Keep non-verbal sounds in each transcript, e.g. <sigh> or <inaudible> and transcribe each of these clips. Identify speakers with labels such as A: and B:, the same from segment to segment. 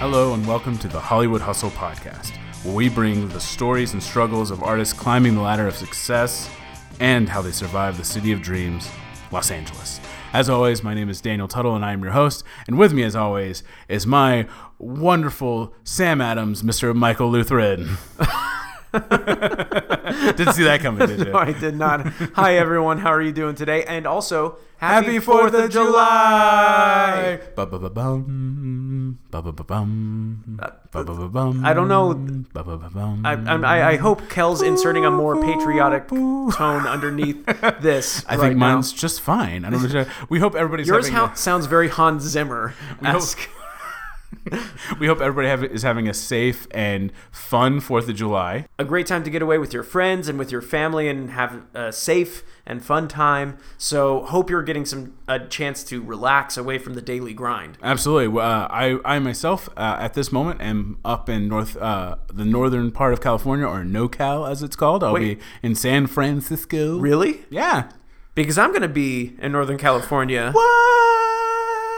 A: Hello, and welcome to the Hollywood Hustle Podcast, where we bring the stories and struggles of artists climbing the ladder of success and how they survive the city of dreams, Los Angeles. As always, my name is Daniel Tuttle, and I am your host. And with me, as always, is my wonderful Sam Adams, Mr. Michael Lutheran. <laughs> Didn't see that coming, did you?
B: <laughs> No, I did not. Hi, everyone. How are you doing today? And also,
A: Happy Fourth of July! Ba-ba-ba-bum, ba-ba-ba-bum, ba-ba-ba-bum,
B: Uh, I don't know.
A: ba-ba-ba-bum.
B: I, I'm- I, I hope Kel's inserting a more patriotic tone
A: <laughs>
B: underneath this.
A: I
B: right
A: think
B: now.
A: mine's just fine. I don't understand. We hope everybody's
B: Yours
A: having.
B: ho- sounds very
A: <laughs>
B: Hans Zimmer esque.
A: a, we hope everybody have, is having a safe and fun Fourth of July.
B: A great time to get away with your friends and with your family and have a safe and fun time. So, hope you're getting some a chance to relax away from the daily grind.
A: Absolutely. Uh, I, I myself uh, at this moment am up in north uh, the northern part of California, or NoCal as it's called. I'll
B: Wait.
A: be in San Francisco.
B: Really?
A: Yeah.
B: Because I'm going to be in Northern California
A: What?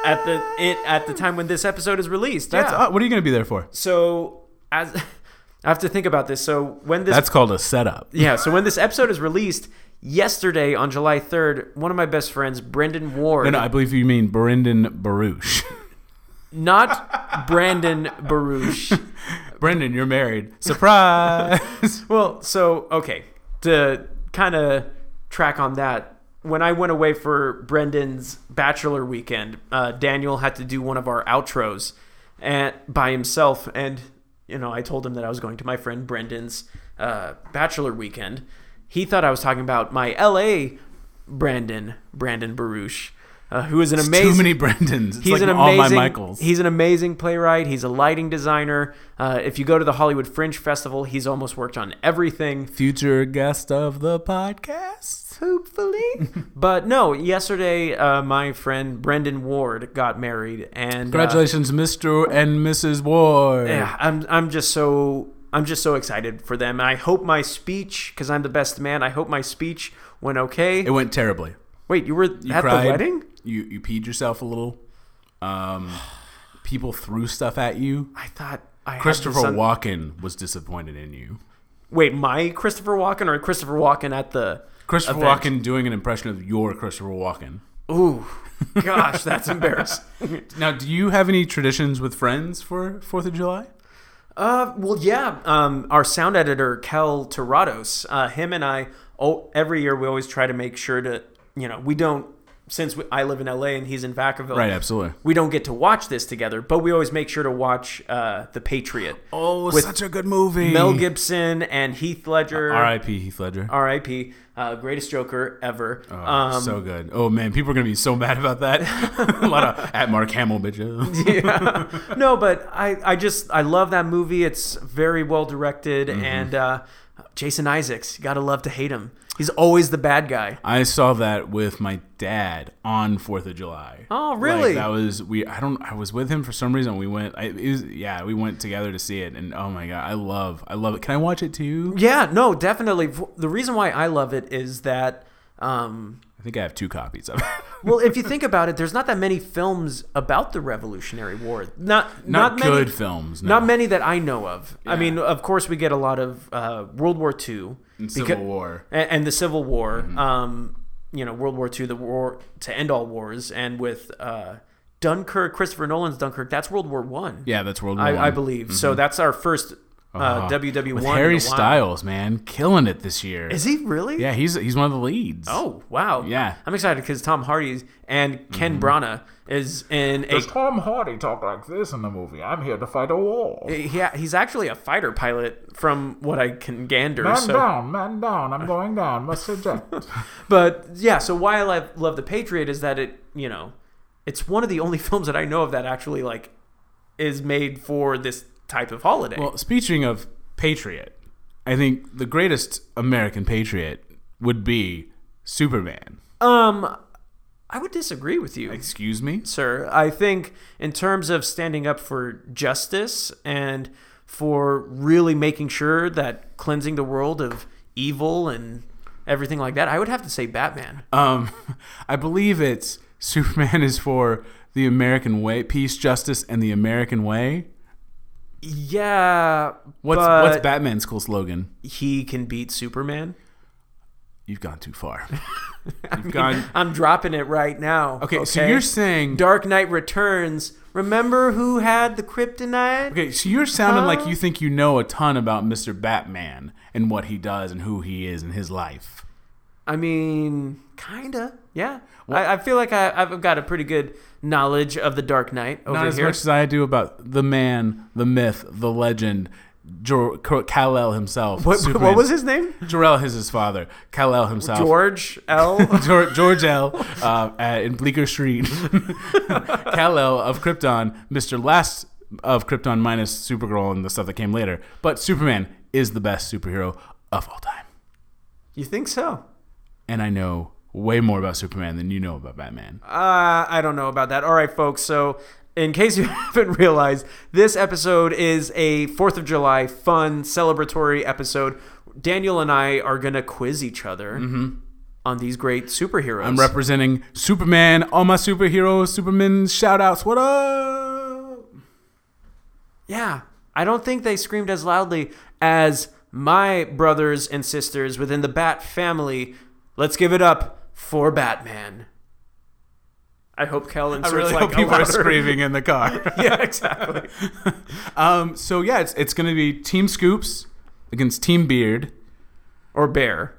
B: at the it at the time when this episode is released.
A: That's
B: yeah.
A: uh, what are you going to be there for?
B: So as <laughs> I have to think about this. So when this
A: That's called a setup.
B: yeah, so when this episode is released yesterday on July 3rd, one of my best friends, Brendan Ward,
A: No, no, I believe you mean Brendan <laughs> Baruch.
B: not Brandon Baruch.
A: Brendan, you're married. <laughs> Surprise.
B: Well, so okay, to kind of track on that, when I went away for Brendan's bachelor weekend, uh, Daniel had to do one of our outros and by himself, and you know I told him that I was going to my friend Brendan's uh, bachelor weekend. He thought I was talking about my L.A. Brandon Brandon Baruch, uh, who is an amazing
A: Too many Brendans. It's
B: he's
A: like
B: an
A: all
B: amazing
A: my Michaels.
B: he's an amazing playwright he's a lighting designer uh, if you go to the hollywood fringe festival he's almost worked on everything
A: Future guest of the podcast, <laughs> hopefully.
B: but no yesterday uh, my friend brendan ward got married and uh,
A: Congratulations, Mr. and Mrs. Ward.
B: yeah, I'm, I'm just so i'm just so excited for them and i hope my speech because i'm the best man i hope my speech went okay
A: It went terribly.
B: wait you were at
A: cried.
B: the wedding
A: You you peed yourself a little. Um, people threw stuff at you.
B: i thought I had this
A: Christopher
B: un-
A: Walken was disappointed in you.
B: Wait, my Christopher Walken or Christopher Walken at the
A: Christopher
B: Event.
A: Walken doing an impression of your Christopher Walken.
B: Ooh, gosh, that's <laughs> embarrassing.
A: Now, do you have any traditions with friends for Fourth of July?
B: Uh, well, yeah. Um, our sound editor, Kel Torrados, uh, him and I, oh, every year we always try to make sure to, you know, we don't, since we, I live in LA and he's in Vacaville,
A: Right, absolutely.
B: we don't get to watch this together, but we always make sure to watch uh, The Patriot.
A: Oh,
B: With
A: such a good movie.
B: Mel Gibson and Heath Ledger.
A: R.I.P. Heath Ledger.
B: R.I.P. Uh, greatest Joker ever.
A: Oh,
B: um,
A: so good. Oh man, people are gonna be so mad about <laughs> that. a lot of at Mark Hamill bitches.
B: yeah. No, but I, I just I love that movie. It's very well directed
A: Mm-hmm.
B: and uh, Jason Isaacs, you gotta love to hate him. He's always the bad guy.
A: I saw that with my dad on Fourth of July.
B: Oh,
A: Like,
B: really?
A: that was we. I don't. I was with him for some reason. We went. I, it was, yeah, we went together to see it, and oh my god, I love. I love it. Can I watch it too?
B: Yeah, no, definitely. V- The reason why I love it is that um
A: I think I have two copies of it.
B: well, if you think about it, there's not that many films about the Revolutionary War.
A: Not,
B: Not not,
A: good
B: many
A: films. No.
B: not many that I know of. I mean, of course we get a lot of uh, World War II
A: And Civil War. Mm-hmm.
B: and, and the Civil War, um, you know, World War II, the war to end all wars, and with uh, Dunkirk, Christopher Nolan's Dunkirk, that's World War One,
A: Yeah, that's World War
B: I, I
A: One.
B: believe. So that's our first uh, WW
A: With
B: one.
A: Harry Styles, man, killing it this year.
B: is he really?
A: yeah, he's he's one of the leads.
B: Oh wow!
A: Yeah. Mm-hmm.
B: I'm excited because Tom Hardy and Ken Branagh is in a.
C: Tom Hardy talk like this in the movie? I'm here to fight a war.
B: Yeah, he's actually a fighter pilot, from what I can gander.
C: man
B: so.
C: down, man down. I'm going down. Must eject.
B: But yeah, so why I love, love the Patriot is that it, you know, it's one of the only <laughs> films that I know of that actually like is made for this type of holiday.
A: <laughs> Well, speaking of patriot, I think the greatest American patriot would be Superman.
B: um, I would disagree with you,
A: Excuse me?
B: sir. I think in terms of standing up for justice and for really making sure that cleansing the world of evil and everything like that, I would have to say Batman.
A: Um, <laughs> I believe it's Superman is for the American way, peace, justice, and the American way.
B: Yeah.
A: What's
B: but
A: what's Batman's cool slogan?
B: He can beat Superman.
A: You've gone too
B: <laughs>
A: far. You've gone.
B: I'm dropping it right now.
A: Okay, so you're saying
B: Dark Knight Returns. Remember who had the kryptonite?
A: Okay, so you're sounding like you think you know a ton about Mr. Batman and what he does and who he is and his life.
B: I mean, kinda. Yeah. I, I feel like I, I've got a pretty good knowledge of the Dark Knight over
A: Not as
B: here.
A: much as I do about the man, the myth, the legend, Jor- Kal El himself.
B: what, what was his name?
A: Jor El is his father. Kal El himself.
B: George
A: <laughs>
B: L.
A: George, George L. Uh, at, in Bleecker Street. <laughs> Kal El of Krypton, Mr. Last of Krypton minus Supergirl and the stuff that came later. But Superman is the best superhero of all time.
B: you think so?
A: And I know way more about Superman than you know about Batman.
B: Uh, I don't know about that. All right, folks. So, in case you <laughs> haven't realized, this episode is a 4th of July fun, celebratory episode. Daniel and I are going to quiz each other on these great superheroes.
A: Mm-hmm. I'm representing Superman, all my superheroes, Superman shout outs. What up?
B: yeah. I don't think they screamed as loudly as my brothers and sisters within the Bat family. Let's give it up for Batman. I hope Kellen
A: I really
B: like
A: hope people
B: a
A: are
B: louder-
A: screaming in the
B: <laughs>
A: car.
B: yeah, exactly.
A: um, so, yeah, it's, it's going to be Team Scoops against Team Beard.
B: or Bear.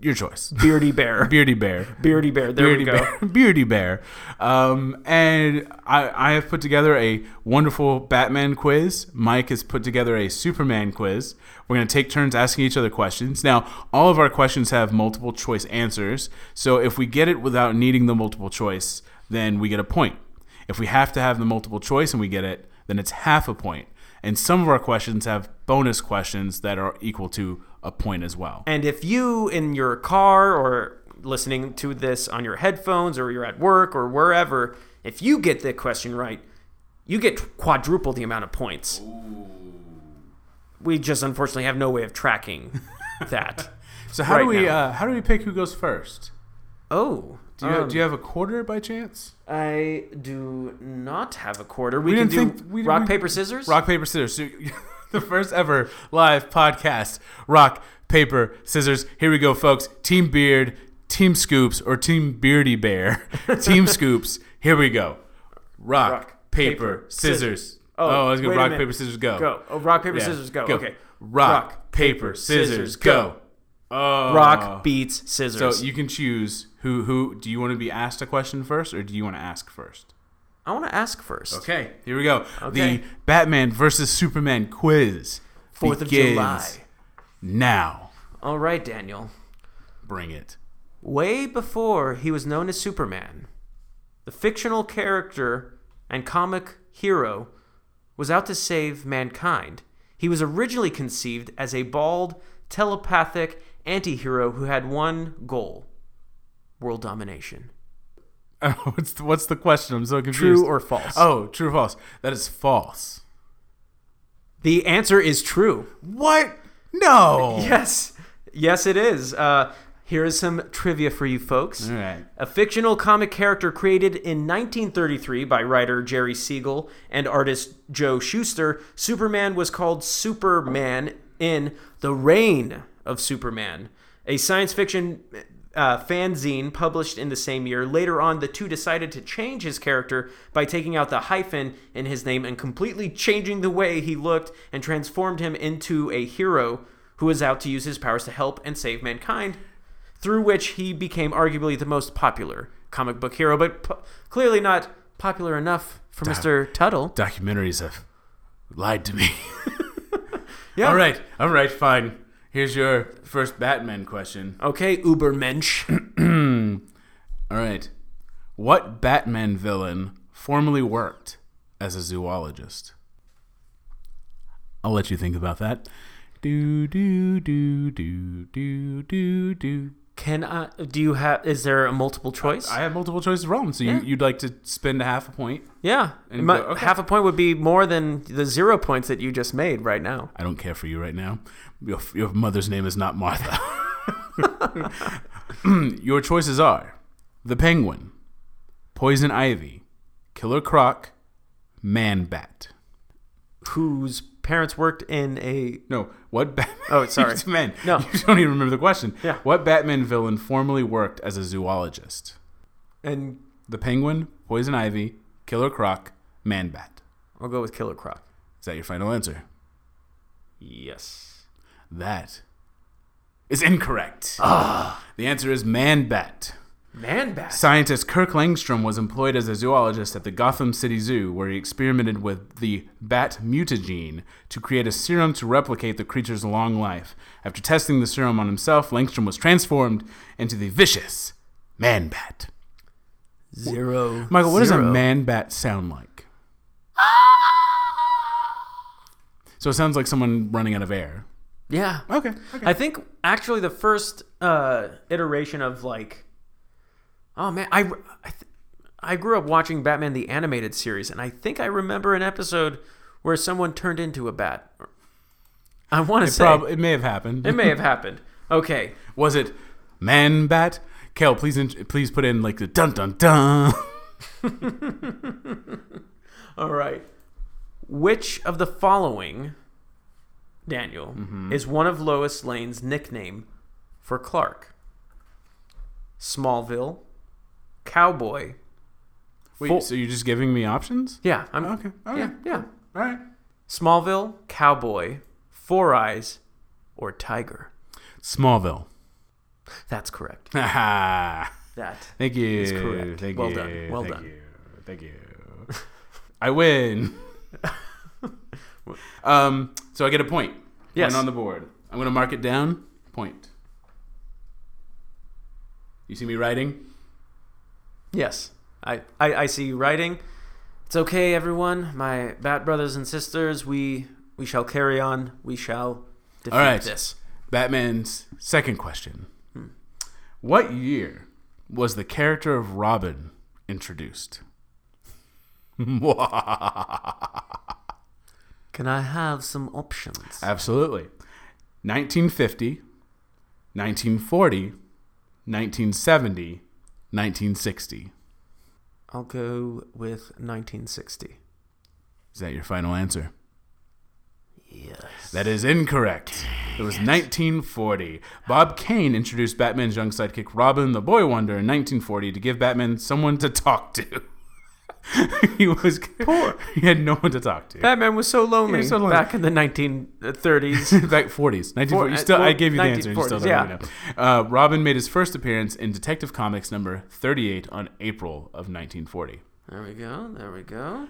A: Your choice.
B: Beardy Bear.
A: <laughs> Beardy Bear.
B: Beardy Bear. There
A: Beardy
B: we go.
A: Bear. <laughs> Beardy Bear. Um, and I, I have put together a wonderful Batman quiz. Mike has put together a Superman quiz. We're going to take turns asking each other questions. Now, all of our questions have multiple choice answers. So if we get it without needing the multiple choice, then we get a point. If we have to have the multiple choice and we get it, then it's half a point. And some of our questions have bonus questions that are equal to a point as well.
B: And if you in your car or listening to this on your headphones or you're at work or wherever, if you get the question right, you get quadruple the amount of points. We just unfortunately have no way
A: <laughs>
B: of tracking that.
A: So how do
B: Right
A: we
B: now.
A: uh, how do we pick who goes first?
B: oh.
A: Do you, do you have a quarter by chance?
B: I do not have a quarter. We, can
A: didn't
B: do
A: think- we-
B: rock,
A: we-
B: paper, scissors?
A: Rock paper scissors. So, <laughs> the first ever live podcast. Rock paper scissors. Here we go, folks. Team Beard, Team Scoops, or Team Beardy
B: <laughs>
A: Bear. Team Scoops. Here we go. Rock,
B: Rock,
A: paper,
B: paper,
A: scissors.
B: scissors.
A: Oh, I was
B: wait
A: gonna
B: a
A: rock
B: minute.
A: paper scissors go.
B: Go. Oh, rock, paper,
A: Yeah.
B: scissors, go. Okay.
A: Rock,
B: Rock,
A: paper scissors
B: scissors,
A: go. Oh.
B: Rock beats
A: So
B: scissors.
A: you can choose who who do you want to be asked a question first or do you want to ask first?
B: I want to ask first.
A: Okay, here we go.
B: Okay.
A: The Batman versus Superman quiz.
B: Fourth of
A: begins
B: July.
A: Now,
B: All right, Daniel.
A: bring it. <laughs>
B: Way before he was known as Superman, the fictional character and comic hero was out to save mankind. He was originally conceived as a bald, telepathic anti hero who had one goal world domination.
A: what's the, what's the question? I'm so confused.
B: True or false?
A: Oh, true or false? That is false.
B: The answer is true.
A: What? No.
B: <laughs> Yes. Yes, it is. Uh, here is some trivia for you folks.
A: All right.
B: A fictional comic character created in 1933 by writer Jerry Siegel and artist Joe Shuster, Superman was called Superman in The Reign of Superman, a science fiction uh, fanzine published in the same year. Later on, the two decided to change his character by taking out the hyphen in his name and completely changing the way he looked and transformed him into a hero who was out to use his powers to help and save mankind through which he became arguably the most popular comic book hero, but po- clearly not popular enough for Mr. Tuttle.
A: Documentaries have lied to me. <laughs>
B: Yeah.
A: All right. All right. Fine. Here's your first Batman question. <clears throat>
B: Okay, Ubermensch.
A: All right. What Batman villain formerly worked as a zoologist? I'll let you think about that. Do do do do do do do.
B: Can I? Do you have? Is there a multiple choice?
A: I have multiple choices wrong, so you, you'd like to spend a half a point.
B: yeah,
A: And
B: My-
A: go- okay.
B: half a point would be more than the zero points that you just made right now.
A: I don't care for you right now. Your, your mother's name is not Martha. <laughs> your choices are the Penguin, Poison Ivy, Killer Croc, Man Bat.
B: whose parents worked in a
A: No, what Batman? <laughs>
B: Oh, sorry.
A: Man,
B: No.
A: you don't even remember the question.
B: Yeah.
A: What Batman villain formerly worked as a zoologist?
B: and
A: The Penguin, Poison Ivy, Killer Croc, Man Bat.
B: I'll go with Killer Croc.
A: Is that your final answer?
B: Yes.
A: That is incorrect.
B: Ah.
A: The answer is Man Bat.
B: Man Bat.
A: Scientist Kirk Langstrom was employed as a zoologist at the Gotham City Zoo, where he experimented with the bat mutagene to create a serum to replicate the creature's long life. After testing the serum on himself, Langstrom was transformed into the vicious man bat.
B: Zero.
A: Michael, what does
B: zero.
A: a man bat sound like? So it sounds like someone running out of air.
B: Yeah.
A: Okay. okay.
B: I think actually the first uh, iteration of like, oh man, I I, th- I grew up watching Batman the animated series, and I think I remember an episode where someone turned into a bat. I want to say
A: Prob- it may have happened.
B: <laughs> it may have happened. Okay,
A: Was it man bat? Kel, please in- please put in like the dun dun dun.
B: all right. Which of the following, Daniel,
A: Mm-hmm.
B: is one of Lois Lane's nickname for Clark? Smallville, Cowboy.
A: Wait,
B: Full-
A: so you're just giving me options?
B: Yeah, I'm
A: Okay. Okay.
B: yeah, yeah.
A: All right.
B: Smallville, Cowboy, Four Eyes, or Tiger?
A: Smallville.
B: That's correct.
A: Haha.
B: That.
A: <laughs> Thank you.
B: correct.
A: Thank
B: Well
A: you.
B: done. Well
A: Thank
B: done.
A: You. Thank you. <laughs> I win. <laughs> um, so I get a point.
B: Yes.
A: Point on the board. I'm going to mark it down. Point. You see me writing?
B: Yes. I, I, I see you writing. It's okay, everyone. My bat brothers and sisters, we we shall carry on. We shall defeat
A: right.
B: this.
A: Batman's second question. What year was the character of Robin introduced?
B: Can I have some options?
A: Absolutely. 1950, 1940, 1970, 1960.
B: I'll go with 1960.
A: Is that your final answer?
B: Yes.
A: That is incorrect. It was 1940. Bob Kane introduced Batman's young sidekick Robin the Boy Wonder in 1940 to give Batman someone to talk to. <laughs> he was poor. <laughs> He had no one to talk to.
B: Batman was so lonely,
A: so lonely.
B: back in the
A: <laughs>
B: 1930s.
A: Back 40s, 1940s. you still, I gave you the answer. and You still don't
B: 1940s,
A: even know. Uh, Robin made his first appearance in Detective Comics number 38 on April of 1940.
B: there we go. There we go.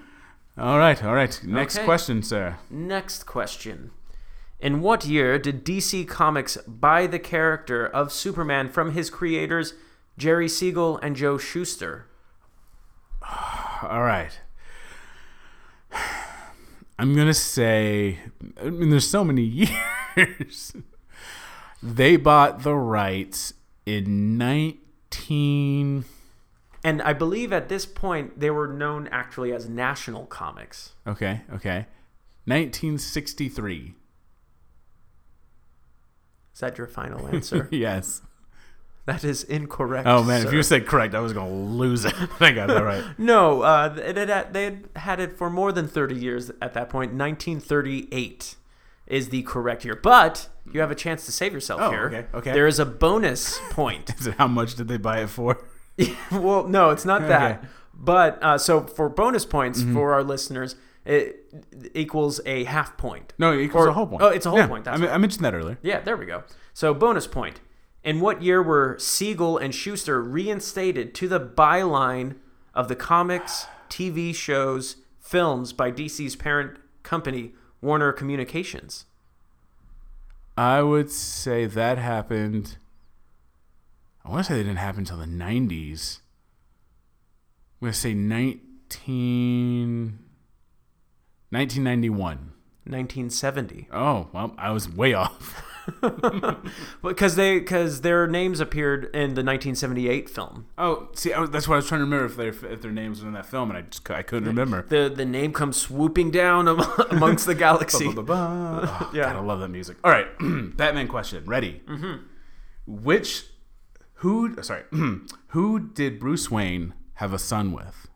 A: All right, all right. Next
B: Okay.
A: question, sir.
B: Next question. In what year did DC Comics buy the character of Superman from his creators Jerry Siegel and Joe Shuster?
A: All right. <sighs> I'm gonna say, I mean, there's so many <laughs> years. they bought the rights in 19.
B: And I believe at this point they were known actually as National Comics.
A: Okay, okay. 1963.
B: Is that
A: <laughs>
B: your final answer?
A: <laughs> Yes.
B: that is incorrect.
A: Oh man, if
B: sir.
A: you said correct, I was gonna lose it. <laughs> I got that right.
B: No, uh, th- th- that- they had had it for more than 30 years at that point. 1938 is the correct year. But you have a chance to save yourself
A: Oh,
B: here.
A: okay, okay.
B: There is a bonus point.
A: Is it how much did they buy it for?
B: <laughs> well, no, it's not that.
A: Okay. Mm-hmm.
B: But uh, so for bonus points for our listeners, it equals a half point.
A: No, it equals
B: Or-
A: a whole point.
B: oh, it's a whole
A: Yeah,
B: point,
A: I,
B: that's
A: me- I mentioned that earlier.
B: Yeah, there we go. So bonus point. In what year were Siegel and Schuster reinstated to the byline of the comics, TV shows, films by DC's parent company, Warner Communications?
A: I would say that happened. I want to say they didn't happen until the 90s. I'm going to say 19. 1991.
B: 1970.
A: Oh, well, I was way <laughs> off.
B: Because they because their names appeared in the 1978 film.
A: Oh, see, I was, that's what I was trying to remember if their if their names were in that film, and I just cou- I couldn't remember.
B: The the name comes swooping down <laughs> am- amongst
A: <laughs>
B: the galaxy.
A: Ba-ba-ba. <laughs> Oh,
B: Yeah.
A: God, I love that music. All right, <clears throat> Batman question. Ready? Which, who? uh, Sorry, <clears throat> who did Bruce Wayne have a son with?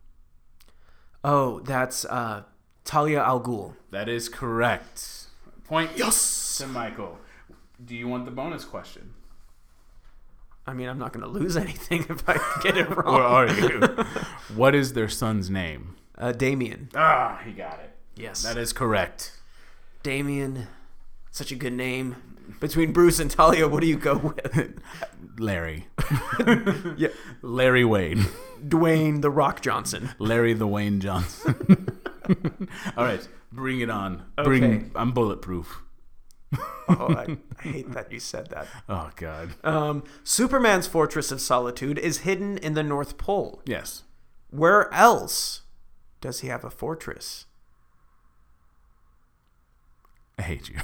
B: Oh, that's uh Talia Al Ghul.
A: That is correct. Point yes to Michael. Do you want the bonus question?
B: I mean, I'm not going to lose <laughs> anything if I get it wrong.
A: Or are you? <laughs> what is their son's name?
B: Uh, Damien.
A: Ah, he got it.
B: Yes.
A: That is correct.
B: Damien. Such a good name. Between Bruce and Talia, what do you go with?
A: Larry. <laughs>
B: yeah.
A: Larry Wade.
B: <laughs> Dwayne the Rock Johnson.
A: Larry the Wayne Johnson. <laughs> All right, bring it on.
B: Okay.
A: Bring. I'm bulletproof.
B: <laughs> Oh, I, I hate that you said that.
A: Oh God.
B: Um, Superman's Fortress of Solitude is hidden in the North Pole.
A: yes.
B: Where else does he have a fortress?
A: I hate you. <laughs>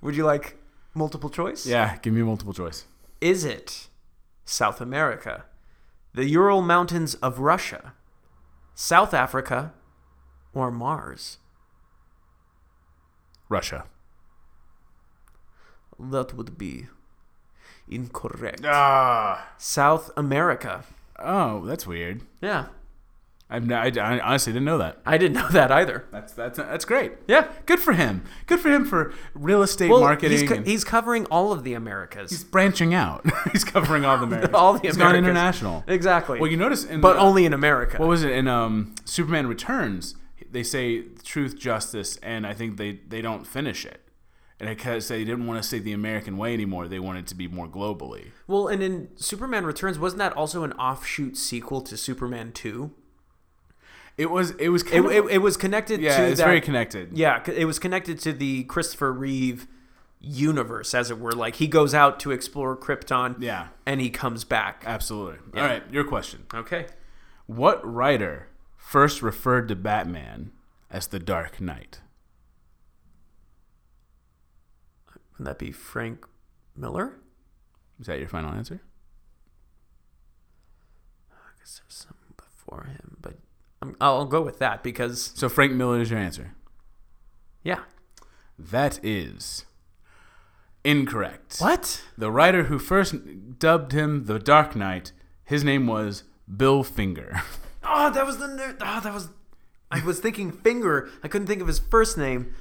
B: Would you like multiple choice?
A: yeah. Give me multiple choice.
B: Is it South America, the Ural Mountains of Russia, South Africa, or Mars?
A: Russia.
B: That would be incorrect.
A: Ah.
B: South America.
A: Oh, that's weird.
B: Yeah,
A: I've, n- I, I honestly didn't know that.
B: I didn't know that either.
A: That's that's that's great.
B: Yeah.
A: Good for him. Good for him for real estate
B: Well,
A: marketing.
B: He's, co-
A: and-
B: he's covering all of the Americas.
A: he's branching out. <laughs> he's covering all the Americas.
B: <laughs> all the
A: He's gone
B: Americas.
A: international.
B: exactly.
A: Well, you notice in
B: but
A: the-
B: only in America.
A: what was it in um, Superman Returns? They say truth, justice, and I think they they don't finish it. And I kind of say they didn't want to say the American way anymore. They wanted to be more globally.
B: well, and in Superman Returns, wasn't that also an offshoot sequel to Superman 2?
A: It was it was
B: It,
A: kind
B: it,
A: of,
B: it was connected
A: yeah,
B: to
A: it's
B: that,
A: very connected.
B: Yeah, c- it was connected to the Christopher Reeve universe, as it were. Like he goes out to explore Krypton,
A: Yeah.
B: and he comes back.
A: Absolutely. All right, your question.
B: okay,
A: What writer first referred to Batman as the Dark Knight?
B: would that be Frank Miller?
A: Is that your final answer?
B: I guess there's some before him, but I'm, I'll go with that because
A: So Frank Miller is your answer.
B: yeah.
A: That is incorrect.
B: What?
A: The writer who first dubbed him the Dark Knight, his name was Bill Finger. <laughs>
B: Oh, that was the ner- oh that was. I was thinking Finger. I couldn't think of his first name.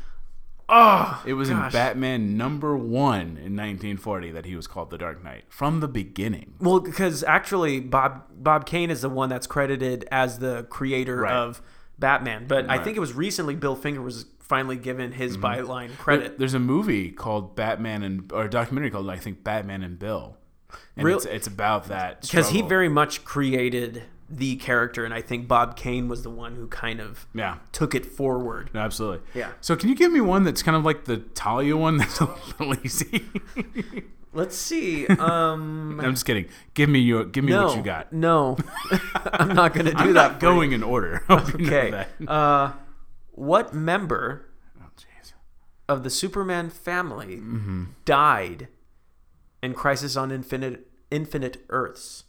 B: Oh,
A: It was
B: Gosh.
A: in Batman number one in 1940 that he was called the Dark Knight from the beginning.
B: Well, because actually, Bob Bob Kane is the one that's credited as the creator
A: Right.
B: of Batman. But I think it was recently Bill Finger was finally given his
A: Mm-hmm.
B: byline credit.
A: There's a movie called Batman and or a documentary called I think Batman and Bill, and
B: Real-
A: it's, it's about that
B: Because he
A: struggle.
B: very much created the character, and I think Bob Kane was the one who kind of
A: yeah.
B: took it forward.
A: No, absolutely.
B: Yeah.
A: So, can you give me one that's kind of like the Talia one? <laughs> That's a little
B: <laughs>
A: easy. <laughs>
B: Let's see. Um,
A: I'm just kidding. Give me your. Give me
B: no,
A: what you got.
B: No, <laughs> I'm
A: <laughs>
B: not going to do
A: I'm
B: that.
A: not
B: for you.
A: going in order. <laughs> I hope you know
B: Okay.
A: that.
B: Uh, what member
A: Oh, jeez.
B: of the Superman family
A: Mm-hmm.
B: died in Crisis on Infinite Infinite Earths.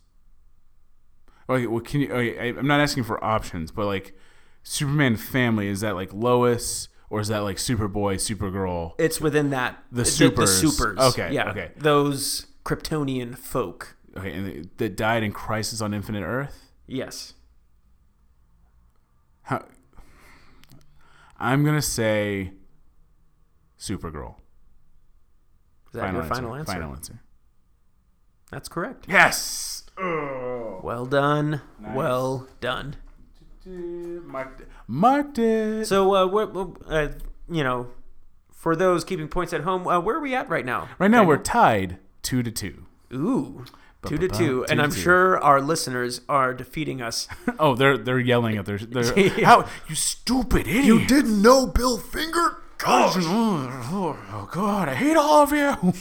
A: Okay, well, can you? Okay, I, I'm not asking for options, but like Superman family is that like Lois or is that like Superboy, Supergirl?
B: It's within that the
A: supers.
B: The, supers.
A: Okay,
B: Yeah.
A: okay.
B: Those Kryptonian folk.
A: Okay, and they- that died in Crisis on Infinite Earth.
B: Yes.
A: How? I'm gonna say Supergirl.
B: Is that your final answer?
A: Final answer.
B: That's correct.
A: Yes. Oh.
B: Well done. Well done.
A: Marked it. Marked it.
B: So, uh, what, what, uh, you know, for those keeping points at home, uh, where are we at right now?
A: right now we're tied two to two. <laughs>
B: Ooh. Two to
A: Ba-ba-ba,
B: two, and
A: two
B: I'm
A: to two.
B: sure our listeners are defeating us.
A: <laughs>
B: <laughs>
A: Oh, they're they're yelling at their. their
B: Yeah.
A: How you stupid idiot! You
C: Didn't know Bill Finger?
A: Oh, oh, oh, God, I hate all of you.
C: <laughs>
A: all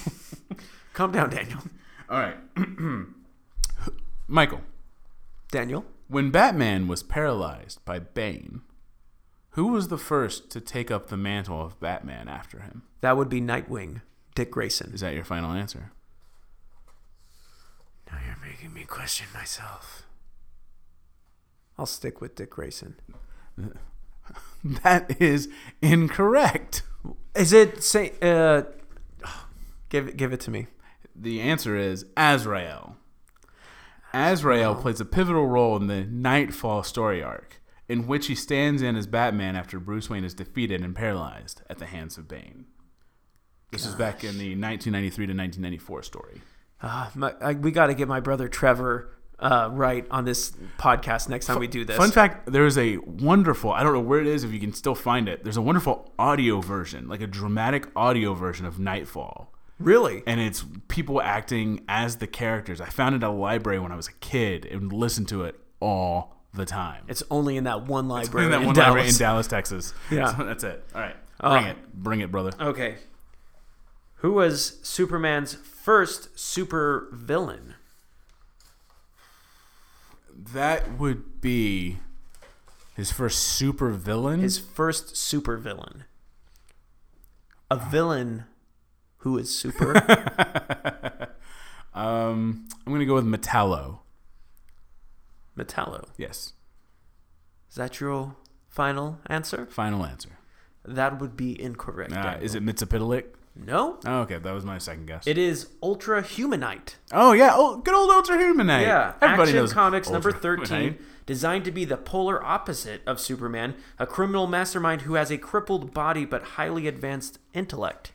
B: Calm down, Daniel.
A: right. <clears throat> Michael,
B: Daniel,
A: when Batman was paralyzed by Bane, who was the first to take up the mantle of Batman after him?
B: that would be Nightwing, Dick Grayson.
A: Is that your final answer? <laughs>
B: Now you're making me question myself. I'll stick with Dick Grayson.
A: That is incorrect.
B: Is it say? Uh, <sighs> give it, give it to me.
A: The answer is Azrael. Azrael plays a pivotal role in the Nightfall story arc in which he stands in as Batman after Bruce Wayne is defeated and paralyzed at the hands of Bane. This is back in the 1993 to 1994 story.
B: Ah, my, I, we got to get my brother Trevor uh, right on this podcast next time we do this.
A: Fun fact: There is a wonderful. I don't know where it is. If you can still find it, there's a wonderful audio version, like a dramatic audio version of Nightfall,
B: really?
A: and it's people acting as the characters. I found it at a library when I was a kid and listened to it all the time.
B: It's only in that one library.
A: in that
B: in
A: one
B: Dallas.
A: library in Dallas, Texas.
B: <laughs> Yeah.
A: So that's it. All right, bring
B: Um,
A: it, bring it, brother.
B: Okay. Who was Superman's first super villain?
A: That would be his first super villain.
B: His first super villain. A villain who is super.
A: <laughs> um, I'm gonna go with Metallo.
B: Metallo.
A: Yes.
B: Is that your final answer?
A: Final answer.
B: That would be incorrect.
A: Uh,
B: Daniel.
A: is it Mitsipitalik?
B: No.
A: Oh, okay, that was my second guess.
B: It is Ultra Humanite.
A: oh yeah, oh, good old Ultra Humanite.
B: Yeah,
A: everybody
B: Action
A: knows
B: Comics number
A: Ultra
B: 13,
A: Humanite.
B: designed to be the polar opposite of Superman, a criminal mastermind who has a crippled body but highly advanced intellect.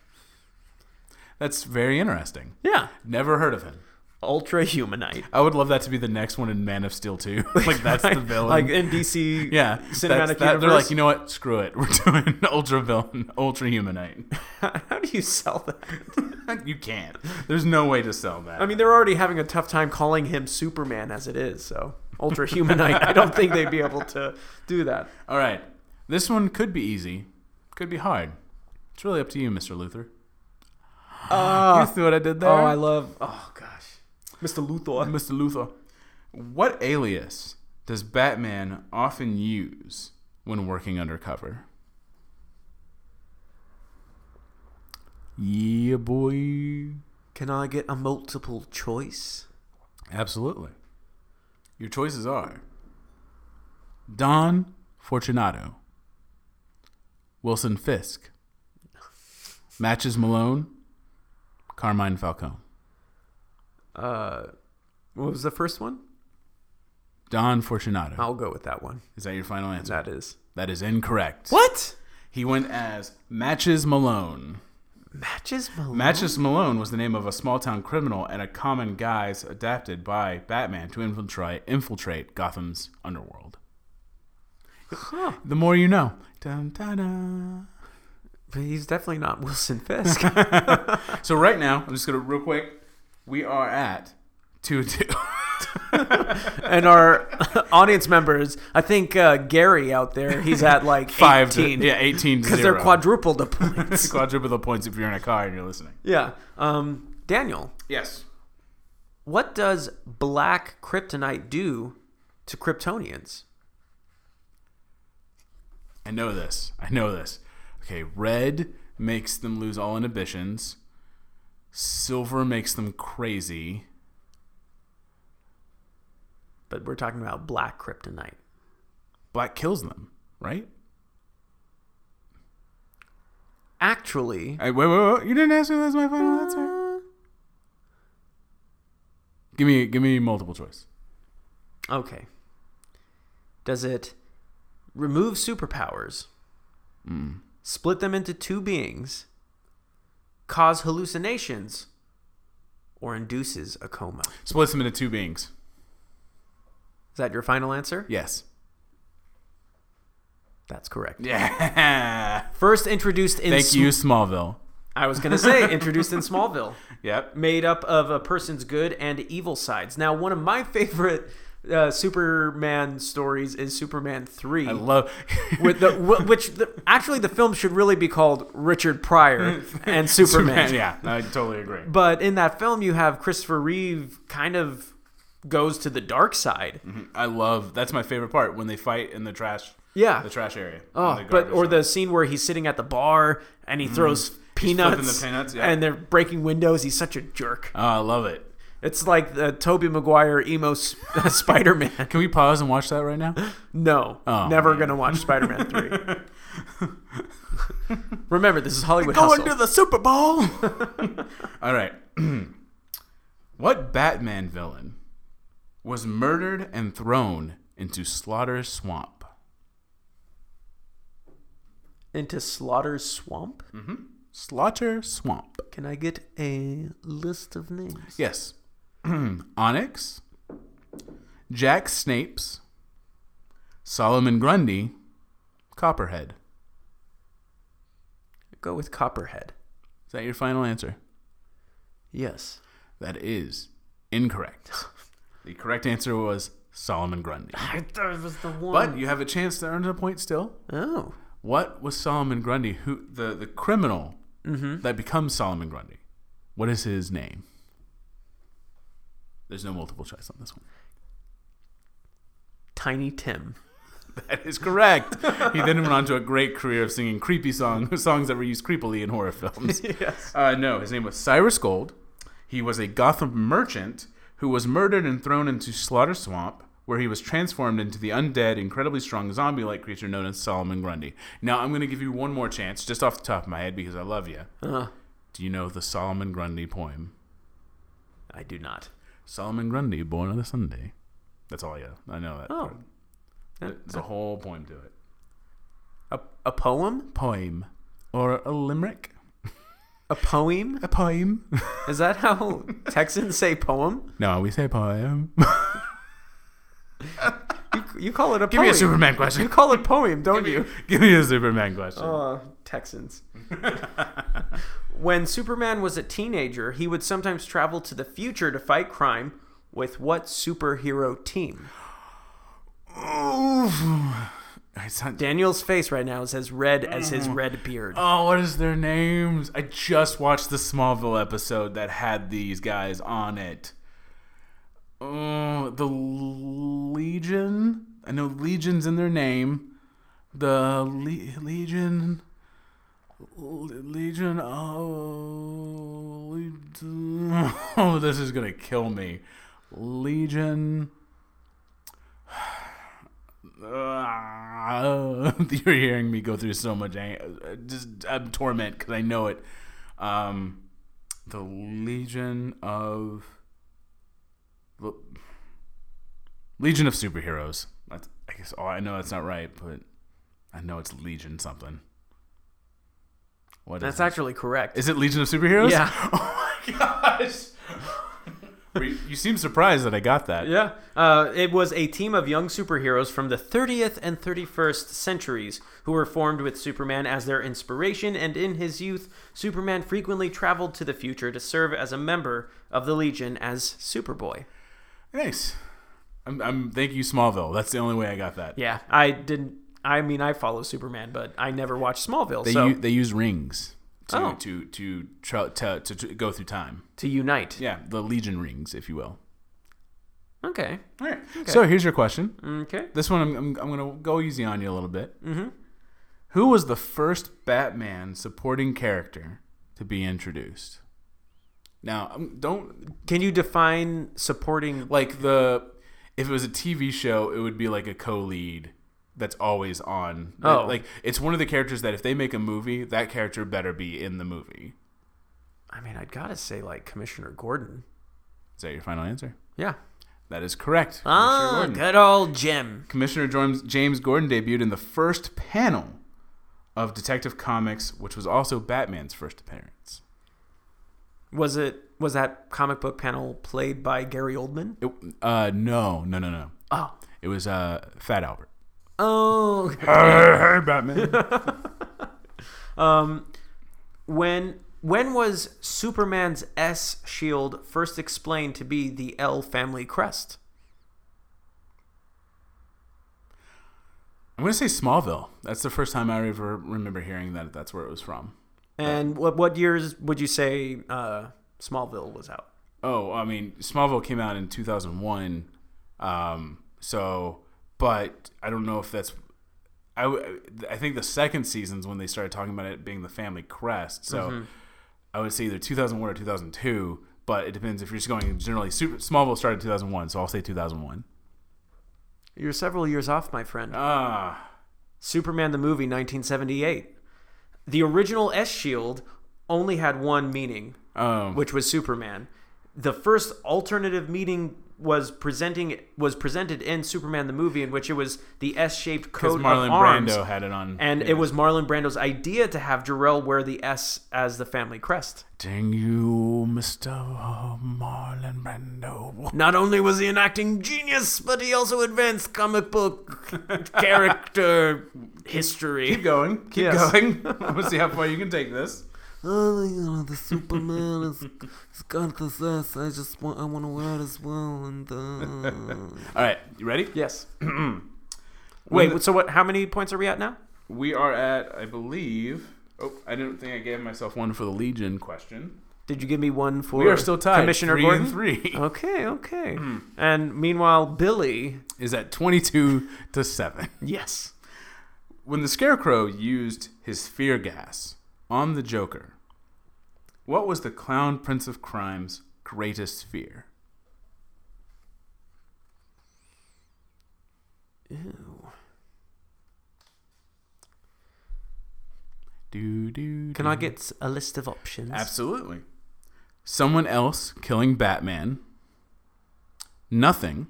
A: That's very interesting.
B: Yeah,
A: Never heard of him.
B: Ultra Humanite.
A: I would love that to be the next one in Man of Steel too. <laughs> like that's the villain.
B: <laughs> Like in DC
A: yeah, that's-
B: cinematic
A: that-
B: universe.
A: they're like, you know what? Screw it. <laughs> We're doing Ultra Villain, Ultra Humanite. <laughs>
B: <laughs> How do you sell that?
A: you can't. There's no way to sell that.
B: I mean, they're already having a tough time calling him Superman as it is, so Ultra Humanite, I don't think they'd be able to do that.
A: All right, this one could be easy, could be hard. It's really up to you, Mr. Luther. <sighs> you see what I did there?
B: oh, I love. Oh, gosh. Mr. Luthor.
A: Mr. Luthor. What alias does Batman often use when working undercover? Yeah, boy.
B: Can I get a multiple choice?
A: Absolutely. Your choices are Don Fortunato, Wilson Fisk, Matches Malone, Carmine Falcone.
B: Uh, what was the first one?
A: Don Fortunato.
B: I'll go with that one.
A: Is that your final answer?
B: That is.
A: That is incorrect.
B: What?
A: He went as Matches Malone.
B: Matches Malone.
A: Matches Malone was the name of a small town criminal and a common guise adapted by Batman to infiltrate infiltrate Gotham's underworld.
B: Huh.
A: The more you know. Dun, dun, dun.
B: But he's definitely not Wilson Fisk. <laughs>
A: So right now, I'm just gonna real quick. We are at two two.
B: and our <laughs> audience members, I think uh, Gary out there, he's at like
A: <laughs> <laughs> Five
B: 18.
A: to yeah, eighteen to
B: Because they're
A: zero.
B: quadrupled the points.
A: <laughs> quadruple the points if you're in a car and you're listening.
B: <laughs> yeah. Um, Daniel,
A: Yes.
B: what does black kryptonite do to Kryptonians?
A: I know this. I know this. Okay, red makes them lose all inhibitions. Silver makes them crazy.
B: But we're talking about black kryptonite.
A: Black kills them, right?
B: Actually,
A: I, wait, wait, wait. You didn't answer that's my final answer. Give me give me multiple choice.
B: okay. Does it remove superpowers, split them into two beings, cause hallucinations, or induces a coma?
A: Splits them into two beings.
B: Is that your final answer?
A: <laughs> Yes.
B: That's correct.
A: Yeah.
B: First introduced in
A: Thank
B: Sm-
A: you, Smallville.
B: I was going to say introduced in Smallville,
A: Yep.
B: made up of a person's good and evil sides. Now, one of my <laughs> favorite uh, Superman stories is Superman 3.
A: I love
B: <laughs> with the wh- which the, actually the film should really be called Richard Pryor
A: <laughs>
B: and <laughs> Superman.
A: yeah, I totally agree.
B: But in that film, you have Christopher Reeve kind of goes to the dark side.
A: I love that's my favorite part when they fight in the trash
B: Yeah.
A: the trash area. in
B: Oh,
A: the
B: but
A: garbage
B: or
A: truck.
B: the scene where he's sitting at the bar and he throws
A: flipping
B: peanuts,
A: the peanuts, yeah.
B: and they're breaking windows. He's such a jerk.
A: Oh, I love it.
B: It's like the Toby Maguire emo s- <laughs> Spider-Man.
A: Can we pause and watch that right
B: <laughs>
A: now?
B: No,
A: Oh,
B: never
A: man.
B: gonna watch Spider-Man three. <laughs> Remember, this is Hollywood Hustle.
A: the Super Bowl. <laughs> All right. <clears throat> what Batman villain was murdered and thrown into Slaughter Swamp?
B: into Slaughter's Swamp?
A: Slaughter Swamp.
B: Can I get a list of names?
A: Yes. <clears throat> Onyx, Jack Snapes, Solomon Grundy, Copperhead.
B: Go with Copperhead.
A: Is that your final answer?
B: Yes.
A: That is incorrect. the correct answer was Solomon Grundy.
B: I thought it was the one.
A: But you have a chance to earn a point still.
B: oh.
A: What was Solomon Grundy, who the, the criminal that becomes Solomon Grundy? What is his name? There's no multiple choice on this one.
B: Tiny Tim.
A: That is correct. he then went on to a great career of singing creepy songs, songs that were used creepily in horror films.
B: <laughs> Yes.
A: Uh, no, his name was Cyrus Gold. He was a Gotham merchant who was murdered and thrown into Slaughter Swamp, where he was transformed into the undead, incredibly strong zombie like creature known as Solomon Grundy. Now, I'm going to give you one more chance, just off the top of my head, because I love you.
B: Uh,
A: Do you know the Solomon Grundy poem?
B: I do not.
A: Solomon Grundy, born on a Sunday. That's all I know. I know that.
B: Oh.
A: part. There's a whole poem to it.
B: A, a poem?
A: Poem. Or a limerick.
B: A poem?
A: A poem. <laughs>
B: Is that <laughs> how Texans say poem?
A: no, we say poem.
B: You, you call it a
A: Give
B: poem.
A: me a Superman
B: You
A: question. Oh.
B: call it poem, don't you?
A: <laughs> Give me a Superman question.
B: Uh,
A: <laughs>
B: Texans. when Superman was a teenager, he would sometimes travel to the future to fight crime with what superhero team?
A: Oh, it's not.
B: Daniel's face right now is as red as his red beard.
A: Oh, what is their names? I just watched the Smallville episode that had these guys on it. Oh, the Legion. I know Legion's in their name. The Le- Legion. Legion. Oh, Legion. <laughs> Oh, this is gonna kill me. Legion. Uh, <laughs> you're hearing me go through so much ang- uh, just um, torment because I know it. Um, the Legion of Le- Legion of Superheroes. That's, I guess oh, I know that's not right, but I know it's Legion something. What is
B: That's
A: it?
B: actually correct.
A: Is it Legion of Superheroes?
B: Yeah.
A: <laughs> Oh my gosh. Were you, you seem surprised that I got that.
B: Yeah. Uh, it was a team of young superheroes from the 30th and 31st centuries who were formed with Superman as their inspiration, and in his youth, Superman frequently traveled to the future to serve as a member of the Legion as Superboy.
A: Nice. I'm, I'm. Thank you, Smallville. That's the only way I got that.
B: Yeah, I didn't. I mean, I follow Superman, but I never watched Smallville,
A: They
B: so
A: u- they use rings to
B: Oh.
A: to to, tra- to, to to go through time.
B: to unite.
A: Yeah, the Legion rings, if you will.
B: Okay.
A: All right. So here's your question.
B: Okay.
A: This one I'm, I'm, I'm gonna go easy on you a little bit. Mm-hmm. Who was the first Batman supporting character to be introduced? Now, um, don't
B: Can you define supporting?
A: like the if it was a TV show, it would be like a co-lead that's always on.
B: Oh.
A: like it's one of the characters that if they make a movie, that character better be in the movie.
B: I mean, I'd gotta say like Commissioner Gordon.
A: Is that your final answer?
B: Yeah.
A: That is correct. Commissioner
B: Ah,
A: Gordon.
B: good old Jim.
A: Commissioner James- James Gordon debuted in the first panel of Detective Comics, which was also Batman's first appearance.
B: Was it was that comic book panel played by Gary Oldman?
A: It, uh, no, no, no, no.
B: Oh.
A: It was uh, Fat Albert.
B: Oh.
A: <laughs> Hey, Batman.
B: Um when when was Superman's S shield first explained to be the L family crest?
A: I'm gonna say Smallville. That's the first time I ever remember hearing that. That's where it was from.
B: And what what years would you say uh Smallville was out?
A: Oh, I mean, Smallville came out in 2001. Um, so, but I don't know if that's. I, w- I think the second season's when they started talking about it being the family crest. So
B: Mm-hmm.
A: I would say either 2001 or 2002, but it depends if you're just going generally. Super, Smallville started in 2001, so I'll say 2001.
B: You're several years off, my friend.
A: Ah,
B: Superman the movie 1978. The original S shield only had one meaning,
A: um,
B: which was Superman. The first alternative meaning was presenting was presented in Superman the movie, in which it was the S-shaped
A: Because
B: coat
A: Marlon
B: of arms,
A: Brando had it on.
B: and
A: yeah.
B: it was Marlon Brando's idea to have Jarrell wear the S as the family crest.
A: Dang you, Mr. Marlon Brando.
B: Not only was he an acting genius, but he also advanced comic <laughs> book character history.
A: Keep going. Keep
B: Yes.
A: going. <laughs> I'm going to see how far you can take this.
D: Oh, you know, the Superman is, has got this ass. I just want, I want to wear it as well. And uh,
A: All right. You ready? <clears throat>
B: Yes.
A: When
B: Wait.
A: the-
B: so what? How many points are we at now?
A: We are at, I believe. Oh, I didn't think I gave myself one for the Legion question.
B: Did you give me one for?
A: We are still tied.
B: Commissioner
A: three Hmm.
B: Gordon.
A: and three <laughs>
B: Okay. Okay. And meanwhile, Billy.
A: is at 22 to 7.
B: <laughs> Yes.
A: When the Scarecrow used his fear gas on the Joker, what was the clown prince of crime's greatest fear? Ew. Do, do,
B: Can I get a list of options?
A: Absolutely. Someone else killing Batman. Nothing.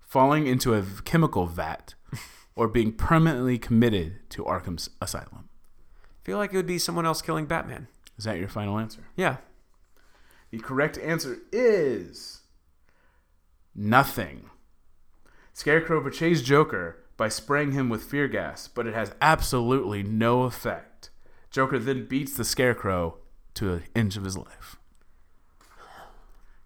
A: Falling into a v- chemical vat or being permanently committed to Arkham's asylum.
B: I feel like it would be someone else killing Batman.
A: Is that your final answer?
B: Yeah.
A: The correct answer is nothing. Scarecrow betrays Joker by spraying him with fear gas, but it has absolutely no effect. Joker then beats the Scarecrow to an inch of his life.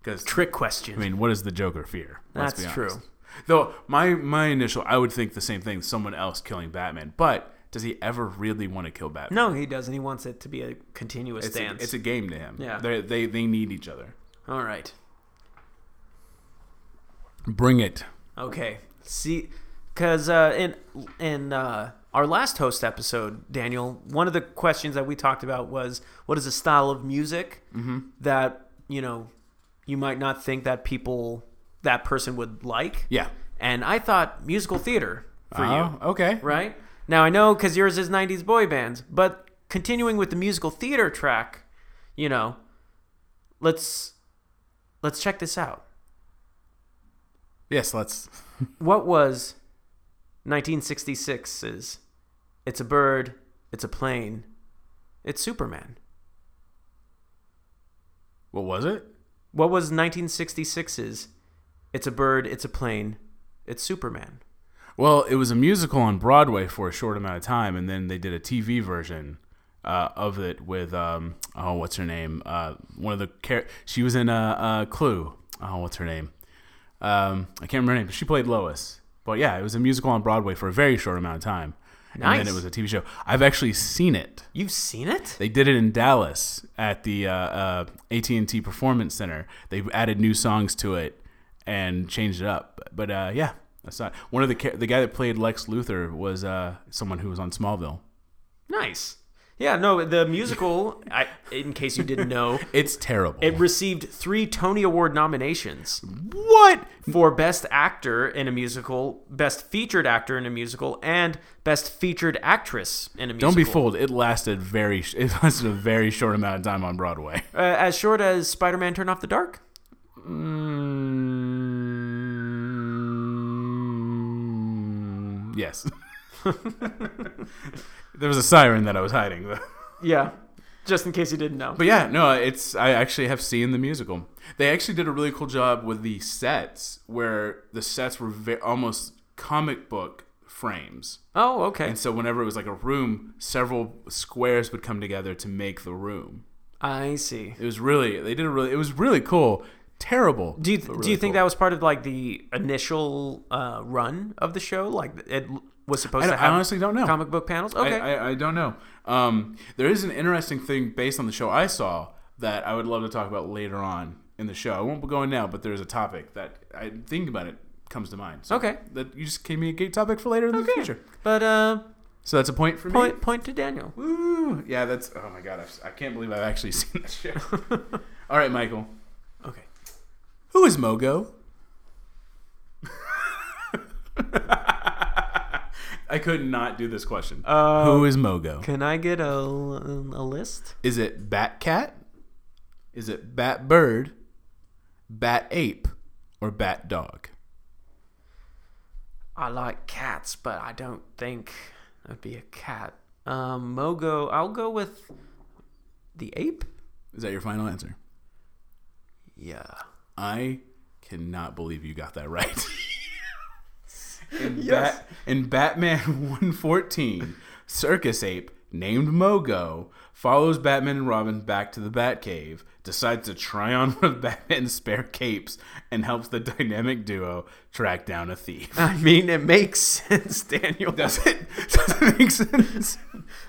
A: Because
B: Trick question.
A: I mean, what does the Joker fear? Let's
B: That's
A: be honest. Though my my initial, I would think the same thing. Someone else killing Batman, but does he ever really want to kill Batman?
B: no, he doesn't. He wants it to be a continuous
A: it's a,
B: dance.
A: it's a game to him.
B: Yeah.
A: they they they need each other.
B: All right.
A: Bring it.
B: Okay. See, because uh, in in uh, our last host episode, Daniel, one of the questions that we talked about was what is a style of music that you know you might not think that people that person would like.
A: Yeah. Oh.
B: And I thought musical theater for you,
A: okay.
B: right? Now I know because yours is '90s boy bands, but continuing with the musical theater track, you know, let's let's check this out.
A: Yes, let's.
B: what was 1966's It's a Bird, It's a Plane, It's Superman?
A: What was it?
B: What was 1966's It's a Bird, It's a Plane, It's Superman?
A: Well, it was a musical on Broadway for a short amount of time, and then they did a TV version uh, of it with um, oh, what's her name? Uh, one of the char- she was in a uh, uh, Clue. Oh, what's her name? Um, I can't remember her name, but she played Lois. But yeah, it was a musical on Broadway for a very short amount of time, and then
B: Nice.
A: it was a TV show. I've actually seen it.
B: You've seen it?
A: They did it in Dallas at the uh, uh, AT&T Performance Center. They added new songs to it and changed it up. But uh, yeah, that's not one of the ca- the guy that played Lex Luthor was uh, someone who was on Smallville.
B: Nice. Yeah, no, the musical, I, in case you didn't know,
A: It's terrible.
B: it received three Tony Award nominations
A: what?
B: for Best Actor in a Musical, Best Featured Actor in a Musical, and Best Featured Actress in a Musical.
A: Don't be fooled. It lasted very. Sh- <laughs> it lasted a very short amount of time on Broadway. <laughs>
B: Uh, as short as Spider-Man: Turn Off the Dark.
A: Mm, yes. <laughs> there was a siren that I was hiding though.
B: Yeah, just in case you didn't know.
A: But yeah, no, it's I actually have seen the musical. They actually did a really cool job with the sets, where the sets were ve- almost comic book frames,
B: oh, okay.
A: and so whenever it was like a room, several squares would come together to make the room.
B: I see.
A: It was really they did a really it was really cool. Terrible.
B: Do you
A: but
B: do
A: really
B: you think
A: cool.
B: that was part of like the initial uh, run of the show? Like it l- was supposed
A: I,
B: to
A: don't- I
B: have
A: honestly don't know.
B: comic book panels?
A: I-
B: Okay.
A: I, I don't know. Um, there is an interesting thing based on the show I saw that I would love to talk about later on in the show. I won't be going now, but there's a topic that I think about it comes to mind. So
B: Okay.
A: That you just gave me a gate topic for later in the future.
B: But uh,
A: So that's a point for me.
B: point point to Daniel.
A: Woo! Yeah, that's. Oh my god, I've, I can't believe I've actually <laughs> seen that
B: <laughs>
A: show. All right, Michael.
B: Okay.
A: Who is Mogo? <laughs> I could not do this question.
B: Um,
A: Who is Mogo?
B: Can I get a a list?
A: Is it Bat Cat? Is it Bat Bird? Bat Ape? or bat dog?
B: I like cats, but I don't think I'd be a cat. Um, Mogo, I'll go with the ape.
A: Is that your final answer?
B: Yeah.
A: I cannot believe you got that right. <laughs> in,
B: Yes.
A: Bat- in Batman <laughs> 114, Circus Ape, named Mogo, follows Batman and Robin back to the Batcave, decides to try on <laughs> one of Batman's spare capes, and helps the dynamic duo track down a thief.
B: I mean, it makes sense, Daniel.
A: Does it, <laughs> does it make sense?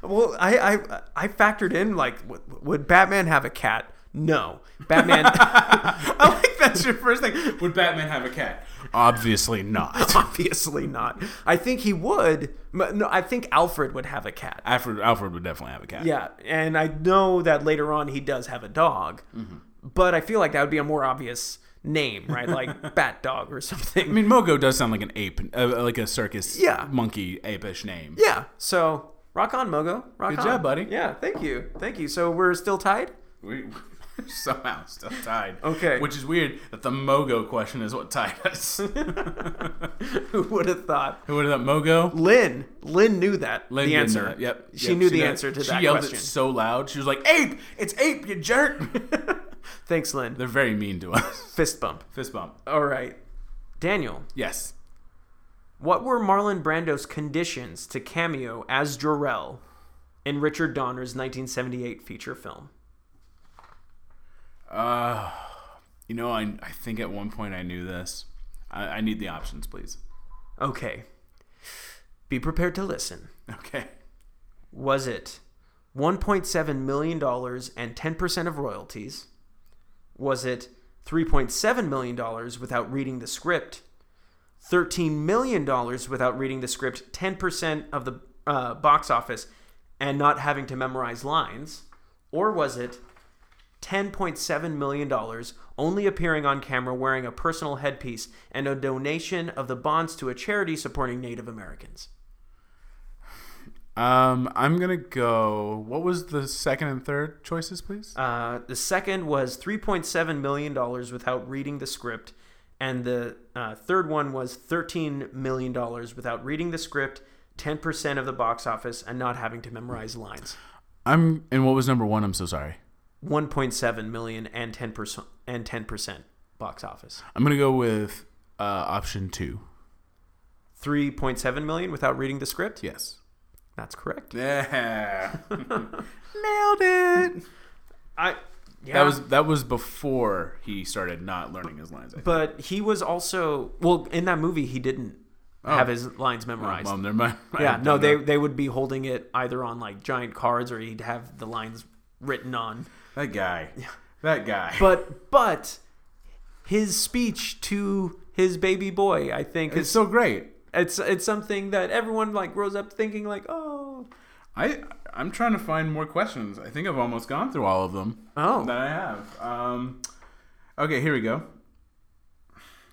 B: Well, I, I I factored in like, w- would Batman have a cat? No, Batman.
A: <laughs>
B: <laughs>
A: I like that's your first thing. Would Batman have a cat? Obviously not.
B: obviously not. I think he would. but No, I think Alfred would have a cat.
A: Alfred, Alfred would definitely have a cat.
B: Yeah, and I know that later on he does have a dog,
A: Mm-hmm.
B: but I feel like that would be a more obvious name, right?
A: <laughs>
B: Like Bat Dog or something.
A: I mean, Mogo does sound like an ape, uh, like a circus
B: Yeah.
A: monkey ape-ish name.
B: yeah. So rock on, Mogo. Rock
A: Good
B: on.
A: job, buddy.
B: Yeah. Thank you. Thank you. So we're still tied. <laughs>
A: We <laughs> somehow still tied.
B: Okay.
A: Which is weird that the Mogo question is what tied us. <laughs>
B: Who would have thought?
A: Who would have thought Mogo?
B: Lynn. Lynn knew that.
A: Lynn
B: the
A: did
B: answer.
A: not. Yep.
B: She
A: Yep,
B: knew the
A: did.
B: answer to
A: she
B: that
A: yelled
B: question.
A: it so loud. She was like, "Ape! It's ape! You jerk!" <laughs>
B: Thanks, Lynn.
A: They're very mean to us. <laughs>
B: Fist bump.
A: Fist bump.
B: All right. Daniel,
A: Yes.
B: what were Marlon Brando's conditions to cameo as Jorel in Richard Donner's 1978 feature film?
A: Uh, you know, I I think at one point I knew this. I, I need the options, please.
B: Okay. Be prepared to listen.
A: Okay.
B: Was it $1.7 million and 10% of royalties? Was it $3.7 million without reading the script? $13 million without reading the script, 10% of the uh, box office, and not having to memorize lines? Or was it $10.7 million only appearing on camera wearing a personal headpiece and a donation of the bonds to a charity supporting Native Americans?
A: Um, I'm gonna go. What was the second and third choices, please?
B: Uh, the second was $3.7 million without reading the script. And the uh, third one was $13 million without reading the script, 10% of the box office, and not having to memorize lines.
A: I'm and what was number one? I'm so sorry.
B: 1.7 million and 10% and 10% box office.
A: I'm gonna go with uh, option two.
B: 3.7 million without reading the script? <laughs>
A: Yes.
B: That's correct.
A: Yeah. Nailed it.
B: I yeah.
A: That was that was before he started not learning his lines. I think.
B: but he was also well in that movie he didn't have his lines memorized.
A: Oh. Well, never mind. I
B: <laughs> Yeah,
A: don't
B: no, they
A: know.
B: they would be holding it either on like giant cards or he'd have the lines written on.
A: <laughs> that guy. That guy.
B: But but his speech to his baby boy, I think
A: it's
B: is
A: so great.
B: it's it's something that everyone like grows up thinking like, "Oh,
A: I I'm trying to find more questions. I think I've almost gone through all of them
B: oh,
A: that I have. Um, okay, here we go.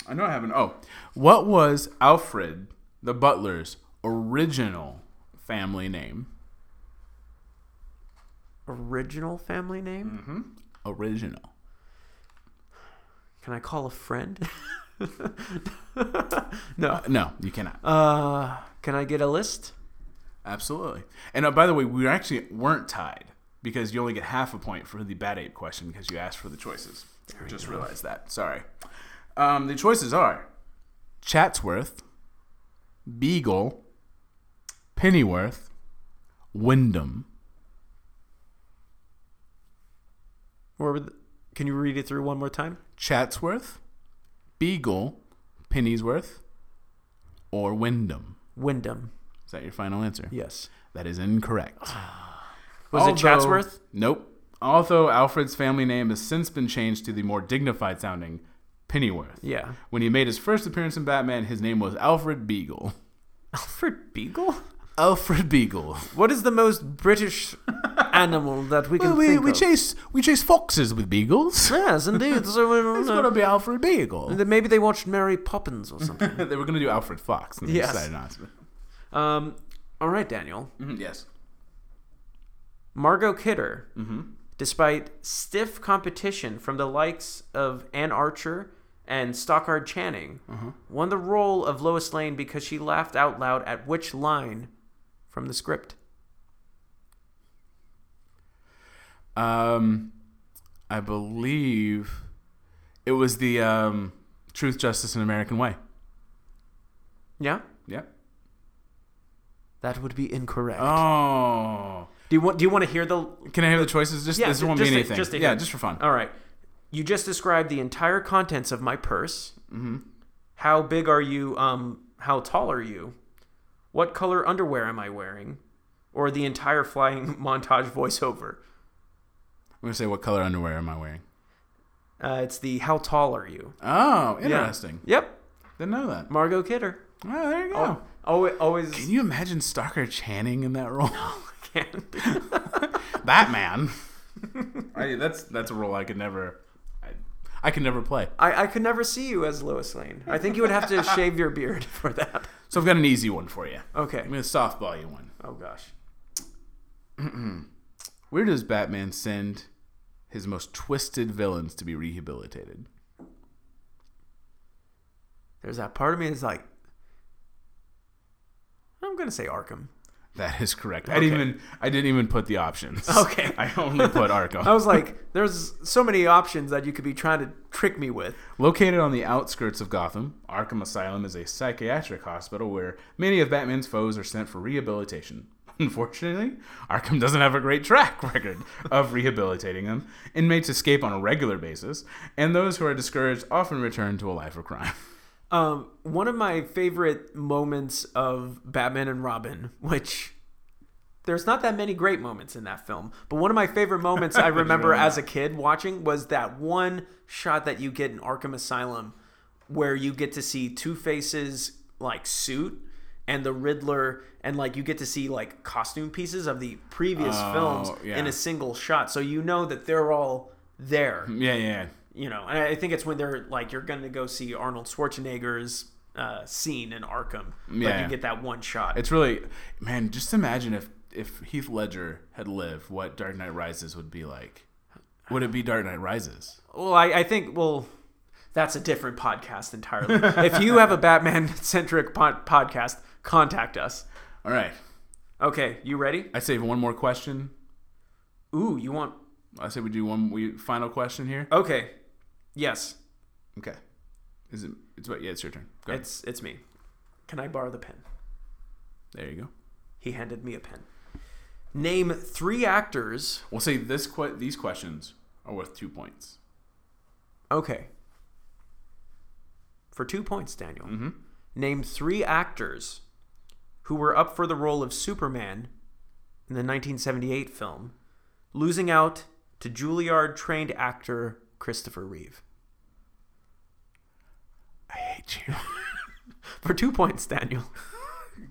A: I know I haven't. Oh, what was Alfred the butler's original family name?
B: original family name?
A: Original.
B: Can I call a friend?" <laughs> no.
A: No, you cannot.
B: Uh, can I get a list?
A: Absolutely. And uh, by the way, we actually weren't tied because you only get half a point for the bad ape question because you asked for the choices. I just realized that. Sorry. Um, the choices are Chatsworth, Beagle, Pennyworth, Wyndham.
B: Or with- can you read it through one more time?
A: Chatsworth, Beagle, Pennyworth, or Wyndham.
B: Wyndham.
A: Is that your final answer?
B: Yes.
A: That is incorrect.
B: Was it Chatsworth?
A: Nope. Although Alfred's family name has since been changed to the more dignified sounding Pennyworth.
B: Yeah. <laughs>
A: When he made his first appearance in Batman, his name was Alfred Beagle.
B: Alfred Beagle?
A: Alfred <laughs> Beagle.
B: What is the most British animal that we can
A: we
B: think
A: we
B: of?
A: chase we chase foxes with beagles.
B: Yes, indeed. So,
A: <laughs>
B: uh,
A: It's
B: uh,
A: gonna be Alfred
B: <laughs>
A: Beagle. <laughs>
B: th- maybe they watched Mary Poppins or something.
A: they were gonna do Alfred Fox, and they
B: Yes.
A: decided not to.
B: um, all right, Daniel.
A: Mhm, Yes.
B: Margot Kidder,
A: Mm-hmm.
B: despite stiff competition from the likes of Ann Archer and Stockard Channing
A: Mm-hmm.
B: won the role of Lois Lane because she laughed out loud at which line from the script?
A: Um, I believe it was the um, Truth, Justice, and American Way.
B: Yeah,
A: Yeah.
B: that would be incorrect.
A: Oh.
B: do you want? Do you want to hear the?
A: Can I hear the choices? Just
B: Yeah,
A: this
B: ju-
A: won't
B: just
A: mean
B: to-
A: anything.
B: just to
A: yeah,
B: hear.
A: just Oh. for fun.
B: All right, you just described the entire contents of my purse. Mm-hmm. How big are you? Um, how tall are you? What color underwear am I wearing? Or the entire flying <laughs> montage voiceover.
A: I'm gonna say what color underwear am I wearing?
B: Uh, it's the how tall are you?
A: Oh,
B: Yeah.
A: interesting.
B: Yep.
A: Didn't know that.
B: Margot Kidder.
A: Oh, there you go.
B: Oh. Always, always
A: Can you imagine Stalker Channing in that <laughs> role?
B: can.
A: Batman. <laughs> I, that's that's a role I could never, I, I could never play.
B: I, I could never see you as Lois Lane. I think you would
A: <laughs>
B: have to shave your beard for that.
A: So I've got an easy one for you.
B: Okay.
A: I'm gonna softball you one.
B: Oh gosh.
A: Where does Batman send his most twisted villains to be rehabilitated?
B: There's that part of me that's like, I'm gonna say Arkham.
A: That is correct. I didn't
B: Okay.
A: even I didn't even put the options.
B: Okay.
A: <laughs> I only put <laughs> Arkham.
B: I was like, there's so many options that you could be trying to trick me with.
A: Located on the outskirts of Gotham, Arkham Asylum is a psychiatric hospital where many of Batman's foes are sent for rehabilitation. <laughs> Unfortunately, Arkham doesn't have a great track <laughs> record of rehabilitating them. Inmates escape on a regular basis, and those who are discouraged often return to a life of crime. <laughs>
B: Um, one of my favorite moments of Batman and Robin, which there's not that many great moments in that film, but one of my favorite
A: <laughs>
B: moments I remember as a kid watching was that one shot that you get in Arkham Asylum where you get to see Two Face's like suit and the Riddler and like you get to see like costume pieces of the previous
A: Oh,
B: films
A: yeah.
B: in a single shot. So you know that they're all there
A: Yeah, yeah, yeah.
B: you know, and I think it's when they're like you're going to go see Arnold Schwarzenegger's uh, scene in Arkham, but
A: Yeah.
B: you get that one shot.
A: It's really, man, just imagine if, if Heath Ledger had lived, what Dark Knight Rises would be like. Would it be Dark Knight Rises?
B: well, I, I think well, that's a different podcast
A: <laughs>
B: entirely. if you have a Batman centric pod- podcast, contact us.
A: All right.
B: Okay, you ready?
A: I save one more question.
B: Ooh, you want?
A: I say we do one we, final question here.
B: Okay, yes,
A: Okay. Is it? It's what? Yeah, it's your turn. Go. ahead.
B: it's it's me. Can I borrow the pen?
A: there you go.
B: He handed me a pen. Name three actors.
A: We'll say this. Que- these questions are worth two points.
B: Okay. For two points, Daniel. Name three actors who were up for the role of Superman in the 1978 film, losing out to Juilliard trained actor Christopher Reeve. <laughs>
A: I hate you.
B: For two points, Daniel.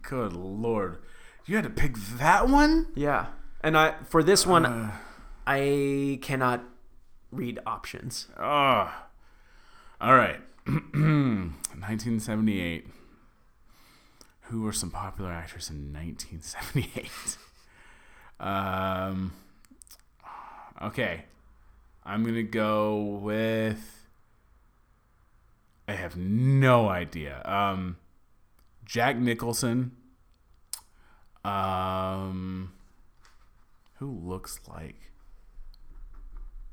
A: Good lord, you had to pick that one.
B: Yeah. And I for this one
A: Um,
B: I cannot read options.
A: Oh. All right. <clears throat> 1978. Who were some popular actors in 1978? um. Okay. I'm gonna go with. I have no idea. Um, Jack Nicholson. Um, who looks like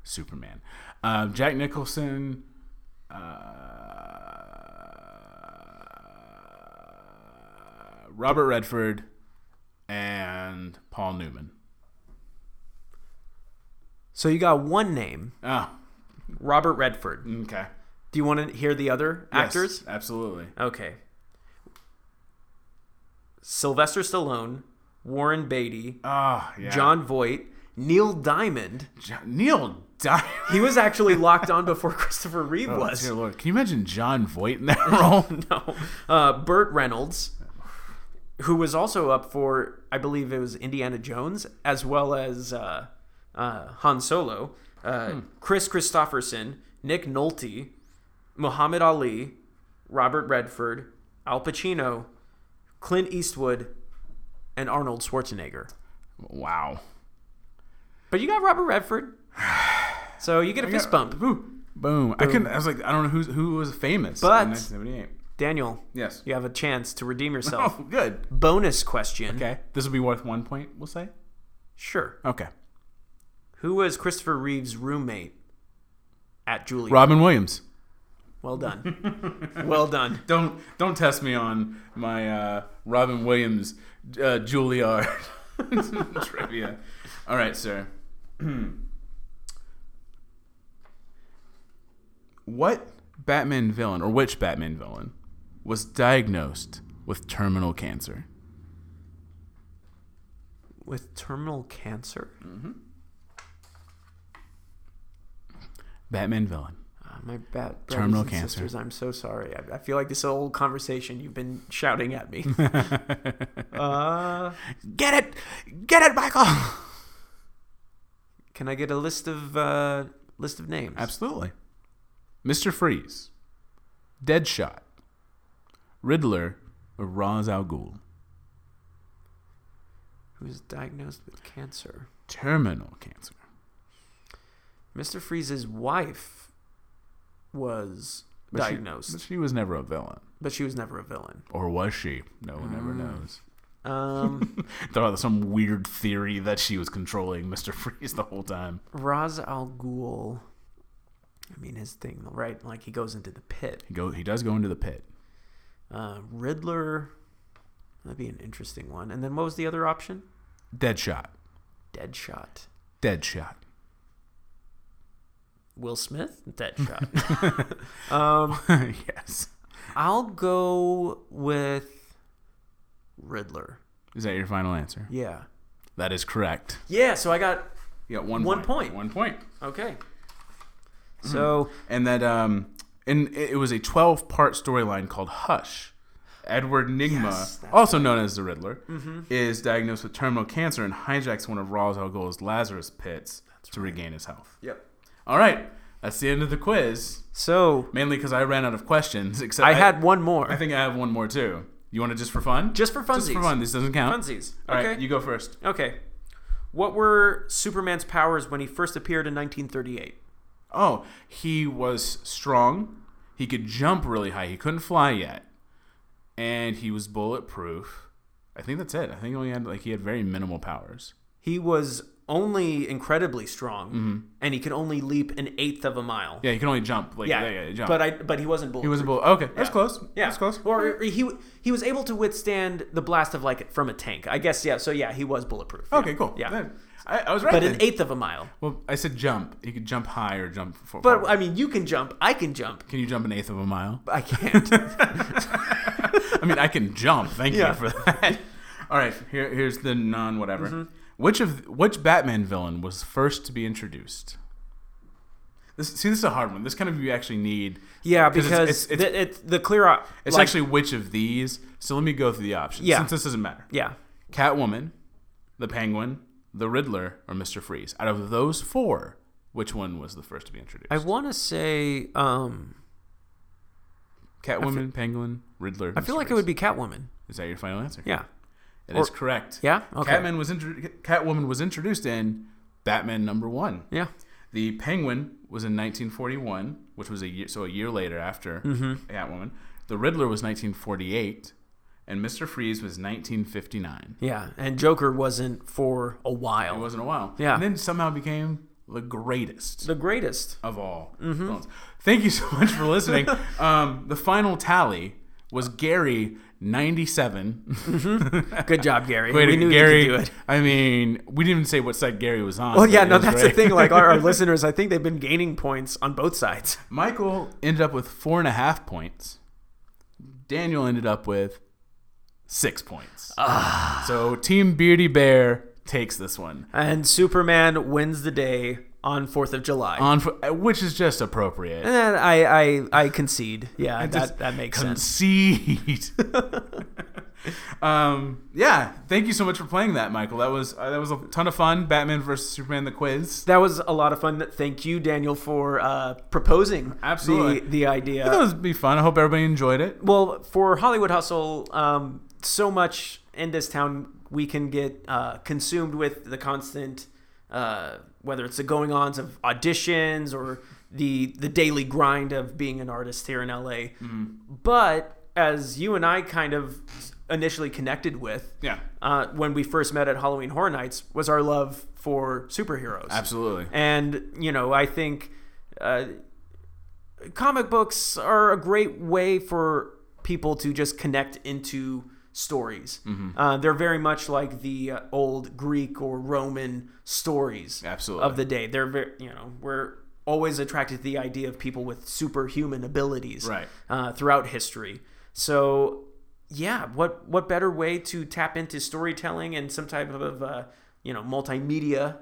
A: Superman? Um, Jack Nicholson. Uh, Robert Redford and Paul Newman.
B: So you got one name,
A: Oh,
B: Robert Redford.
A: okay.
B: Do you want to hear the other
A: Yes,
B: actors?
A: absolutely.
B: Okay. Sylvester Stallone, Warren Beatty,
A: Ah, yeah.
B: John Voight, Neil Diamond.
A: Jo- Neil Diamond.
B: <laughs> He was actually locked on before <laughs> Christopher Reeve was.
A: Dear Lord, can you imagine John Voight in
B: <laughs>
A: that role?
B: No. Uh, Burt Reynolds, who was also up for, I believe it was Indiana Jones, as well as uh, uh, Han Solo, uh, Chris Christopherson, Nick Nolte, Muhammad Ali, Robert Redford, Al Pacino, Clint Eastwood, and Arnold Schwarzenegger.
A: Wow.
B: But you got Robert Redford. So you get a fist bump.
A: Ooh, Boom. I couldn't. I was like, I don't know who's, who was famous
B: But-
A: in 1978.
B: Daniel,
A: Yes.
B: you have a chance to redeem yourself.
A: <laughs> Oh, good.
B: Bonus question.
A: Okay. This will be worth one point, we'll say.
B: Sure.
A: Okay.
B: Who was Christopher Reeve's roommate at Juilliard?
A: Robin Williams.
B: Well done. well done.
A: Don't don't test me on my uh, Robin Williams uh, Juilliard <laughs> trivia. All right, sir. <clears throat> what Batman villain or which Batman villain was diagnosed with terminal cancer?
B: With terminal cancer?
A: Batman villain.
B: Uh, my bad. brothers
A: Terminal
B: and
A: cancer.
B: Sisters, I'm so sorry. I, I feel like this whole conversation you've been shouting
A: <laughs>
B: at me. uh,
A: Get it, get it, Michael. <laughs>
B: can I get a list of uh, list of names?
A: Absolutely. Mister Freeze, Deadshot, Riddler, or Ra's al Ghul.
B: Who was diagnosed with cancer?
A: Terminal cancer.
B: Mister Freeze's wife was
A: But she-
B: diagnosed,
A: but she was never a villain.
B: but she was never a villain.
A: Or was she? No one ever knows.
B: Um,
A: There was some weird theory that she was controlling <laughs> Mr. Freeze the whole time.
B: Ra's al Ghul. I mean, his thing, right? Like he goes into the pit.
A: He go he does go into the pit.
B: Uh, Riddler. That'd be an interesting one. And then what was the other option?
A: Deadshot.
B: Deadshot.
A: Deadshot.
B: Will Smith, Deadshot. <laughs> um,
A: <laughs> yes.
B: I'll go with Riddler.
A: Is that your final answer?
B: Yeah.
A: That is correct.
B: Yeah. So I got
A: You got one
B: One point.
A: One point.
B: okay. So
A: And that um and it it was a 12 part storyline called Hush. Edward Nigma,
B: Yes, that's
A: also known as the Riddler, is diagnosed with terminal cancer and hijacks one of Ra's al Ghul's Lazarus pits to regain his health.
B: yep.
A: All right, that's the end of the quiz.
B: So
A: Mainly because I ran out of questions. <laughs> Except
B: I had one more.
A: I think I have one more too. You want it just for fun?
B: Just for
A: Just for
B: funsies.
A: fun. This doesn't count.
B: Funsies.
A: All right,
B: okay.
A: you go first.
B: okay. What were Superman's powers when he first appeared in 1938?
A: Oh, he was strong. He could jump really high. He couldn't fly yet, and he was bulletproof. I think that's it. I think he only had like he had very minimal powers.
B: He was only incredibly strong, and he could only leap an eighth of a mile.
A: Mm-hmm. Yeah, he could only jump. Like, yeah, yeah, jump.
B: But I but he wasn't bulletproof.
A: he was a bullet. Okay, that's close.
B: Yeah,
A: that's close.
B: Or or he he was able to withstand the blast of like from a tank. I guess yeah. So yeah, he was bulletproof.
A: okay,
B: yeah.
A: cool.
B: Yeah,
A: Then- I, I was right.
B: but
A: then.
B: an eighth of a mile.
A: Well, I said jump. He could jump high or jump. For,
B: But I mean, you can jump. I can jump.
A: can you jump an eighth of a mile?
B: I
A: <laughs>
B: can't.
A: I mean, I can jump. Thank
B: Yeah.
A: you for that. <laughs> All right, here, here's the non whatever.
B: Mm-hmm.
A: Which of which Batman villain was first to be introduced? This, see, this is a hard one. This kind of you actually need.
B: yeah,
A: 'Cause
B: because
A: it's-
B: the-
A: it's-
B: it's,
A: it's-
B: the clear up.
A: It's actually which of these. So let me go through the options.
B: Yeah.
A: Since this doesn't matter.
B: yeah.
A: Catwoman, the Penguin, the Riddler, or Mister Freeze. Out of those four, which one was the first to be introduced?
B: I want to say um,
A: Catwoman, Penguin, Riddler.
B: I feel like it would be Catwoman.
A: Is that your final answer?
B: Yeah.
A: It is correct.
B: Yeah? Okay.
A: Catman was intro- Catwoman was introduced in Batman number one.
B: Yeah.
A: The Penguin was in 1941, which was a year, so a year later after
B: Mm-hmm.
A: Catwoman. The Riddler was 1948, and Mister Freeze was 1959.
B: Yeah. And Joker wasn't for a
A: It
B: while.
A: wasn't a while.
B: Yeah.
A: And then somehow became the greatest
B: the Mm-hmm. greatest.
A: of all. villains. Thank you so much for
B: <laughs>
A: listening. um, the final tally was Gary 97.
B: Good job, Gary.
A: Wait,
B: we knew
A: Gary.
B: you could do <laughs> it.
A: I mean, we didn't even say what side Gary was on.
B: Well,
A: but
B: yeah,
A: it
B: no,
A: was
B: that's
A: great.
B: the thing. Like <laughs> our, our listeners, I think they've been gaining points on both sides.
A: Michael ended up with four and a half points. Daniel ended up with six points. so Team Beardy Bear takes this one
B: And Superman wins the day on Fourth of July.
A: on, for, which is just appropriate.
B: and I, I, I concede. Yeah,
A: just
B: that, that makes sense.
A: Concede. <laughs> um, yeah, thank you so much for playing that, Michael. That was uh, that was a ton of fun. Batman versus Superman: The Quiz.
B: That was a lot of fun. Thank you, Daniel, for uh, proposing
A: Absolutely.
B: the, the idea.
A: That was be fun. I hope everybody enjoyed it.
B: well, for Hollywood Hustle, um, so much in this town we can get uh, consumed with the constant, uh, whether it's the going ons of auditions or the the daily grind of being an artist here in LA. But as you and I kind of initially connected with,
A: Yeah.
B: uh, when we first met at Halloween Horror Nights, was our love for superheroes.
A: Absolutely.
B: And, you know, I think uh, comic books are a great way for people to just connect into stories.
A: Mm-hmm.
B: Uh, they're very much like the uh, old Greek or Roman stories
A: Absolutely.
B: of the day. They're very, you know, we're always attracted to the idea of people with superhuman abilities
A: Right.
B: uh, throughout history. So, yeah, what what better way to tap into storytelling and some type of uh, you know multimedia
A: Well-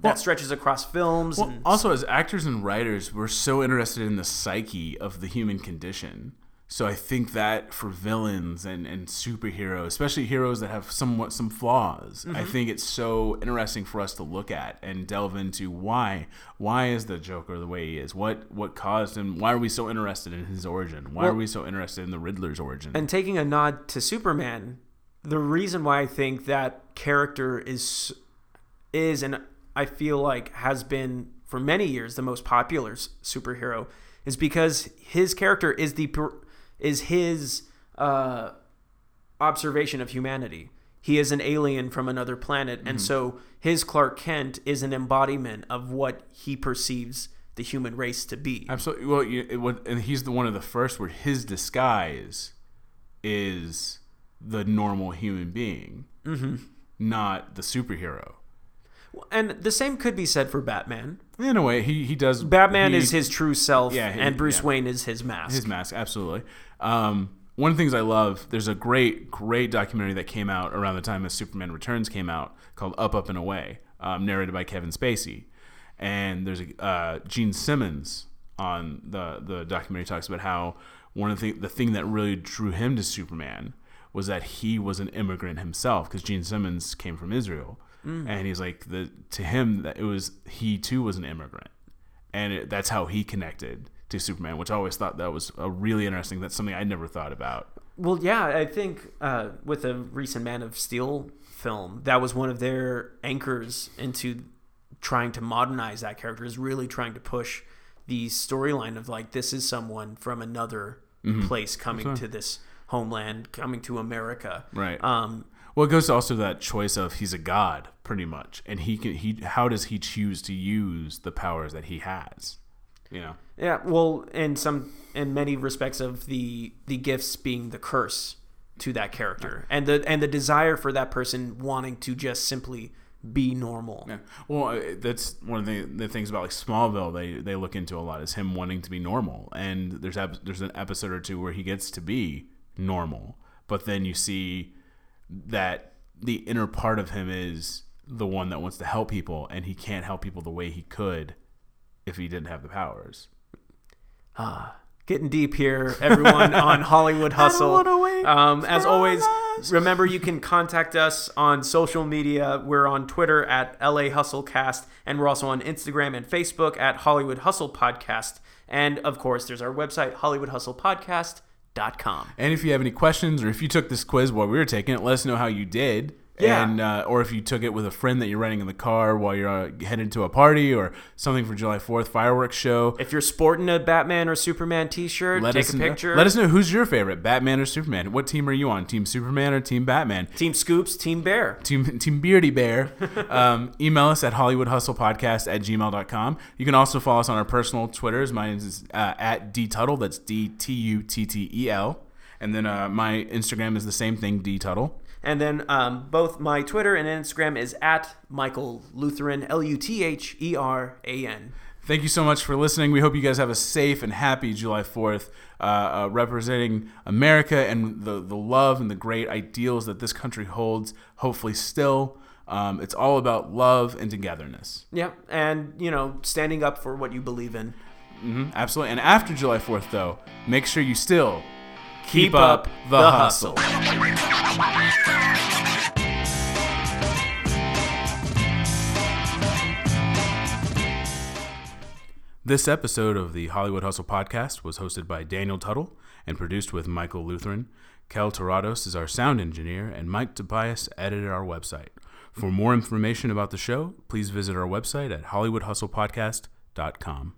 B: that stretches across films
A: Well,
B: and
A: also as actors and writers, we're so interested in the psyche of the human condition. So I think that for villains and, and superheroes, especially heroes that have somewhat some flaws, I think it's so interesting for us to look at and delve into why why is the Joker the way he is? What what caused him? Why are we so interested in his origin? Why are
B: Well-
A: we so interested in the Riddler's origin?
B: and taking a nod to Superman, the reason why I think that character is is and I feel like has been for many years the most popular s- superhero is because his character is the per- is his uh, observation of humanity. He is an alien from another planet, and so his Clark Kent is an embodiment of what he perceives the human race to be.
A: Absolutely. Well, you, it, what, and he's the one of the first where his disguise is the normal human being, mm-hmm. not the superhero.
B: And the same could be said for Batman.
A: In a way, he he does.
B: Batman
A: he-
B: is his true self,
A: Yeah, he-
B: and Bruce
A: yeah.
B: Wayne is his mask.
A: his mask. Absolutely. Um, one of the things I love. There's a great great documentary that came out around the time that Superman Returns came out called Up Up and Away, um, narrated by Kevin Spacey, and there's a uh, Gene Simmons on the the documentary talks about how one of the the thing that really drew him to Superman was that he was an immigrant himself because Gene Simmons came from Israel, and he's like the to him that it was he too was an immigrant, and it, that's how he connected to Superman, which I always thought that was a really interesting. That's something I never thought about.
B: well, yeah, I think uh, with the recent Man of Steel film, that was one of their anchors into trying to modernize that character. Is really trying to push the storyline of like this is someone from another
A: Mm-hmm.
B: place coming to this homeland, coming to America.
A: Right.
B: Um,
A: Well, it goes also to that choice of he's a god, pretty much, and he can he how does he choose to use the powers that he has? You know,
B: Yeah, well, in some in many respects of the the gifts being the curse to that character, and the and the desire for that person wanting to just simply be normal.
A: Yeah. Well, I- that's one of the, the things about like Smallville. They they look into a lot is him wanting to be normal, and there's ep- there's an episode or two where he gets to be normal, but then you see that the inner part of him is the one that wants to help people, and he can't help people the way he could if he didn't have the powers.
B: Getting deep here,
A: <laughs>
B: everyone on Hollywood Hustle.
A: wanna wait
B: um, as always, remember you can contact us on social media. We're on Twitter at LA Hustlecast, and we're also on Instagram and Facebook at Hollywood Hustle Podcast. And of course, there's our website, HollywoodHustlePodcast.com.
A: And if you have any questions, or if you took this quiz while we were taking it, let us know how you did.
B: Yeah.
A: And uh, or if you took it with a friend that you're riding in the car while you're uh, headed to a party or something for July 4th fireworks show.
B: If you're sporting a Batman or Superman T-shirt,
A: Let
B: take
A: us
B: a
A: know,
B: picture.
A: Let us know who's your favorite, Batman or Superman. What team are you on? Team Superman or Team Batman?
B: Team Scoops, Team Bear.
A: Team, <laughs> team Beardy
B: <laughs>
A: Bear. Um, email us at HollywoodHustlePodcast at gmail.com. You can also follow us on our personal Twitters. Mine is uh, at DTuttle. That's D T U T T E L. And then uh, my Instagram is the same thing, DTuttle.
B: And then um, both my Twitter and Instagram is at Michael Lutheran, E L-U-T-H-E-R-A-N.
A: Thank you so much for listening. We hope you guys have a safe and happy July 4th, uh, uh, representing America and the, the love and the great ideals that this country holds, hopefully, still. Um, it's all about love and togetherness.
B: Yeah, and you know, standing up for what you believe in.
A: Mhm, Absolutely. And after July 4th, though, make sure you still
B: Keep up the hustle.
A: This episode of the Hollywood Hustle podcast was hosted by Daniel Tuttle and produced with Michael Lutheran. Kel Torados is our sound engineer, and Mike Tobias edited our website. For more information about the show, please visit our website at hollywoodhustlepodcast.com.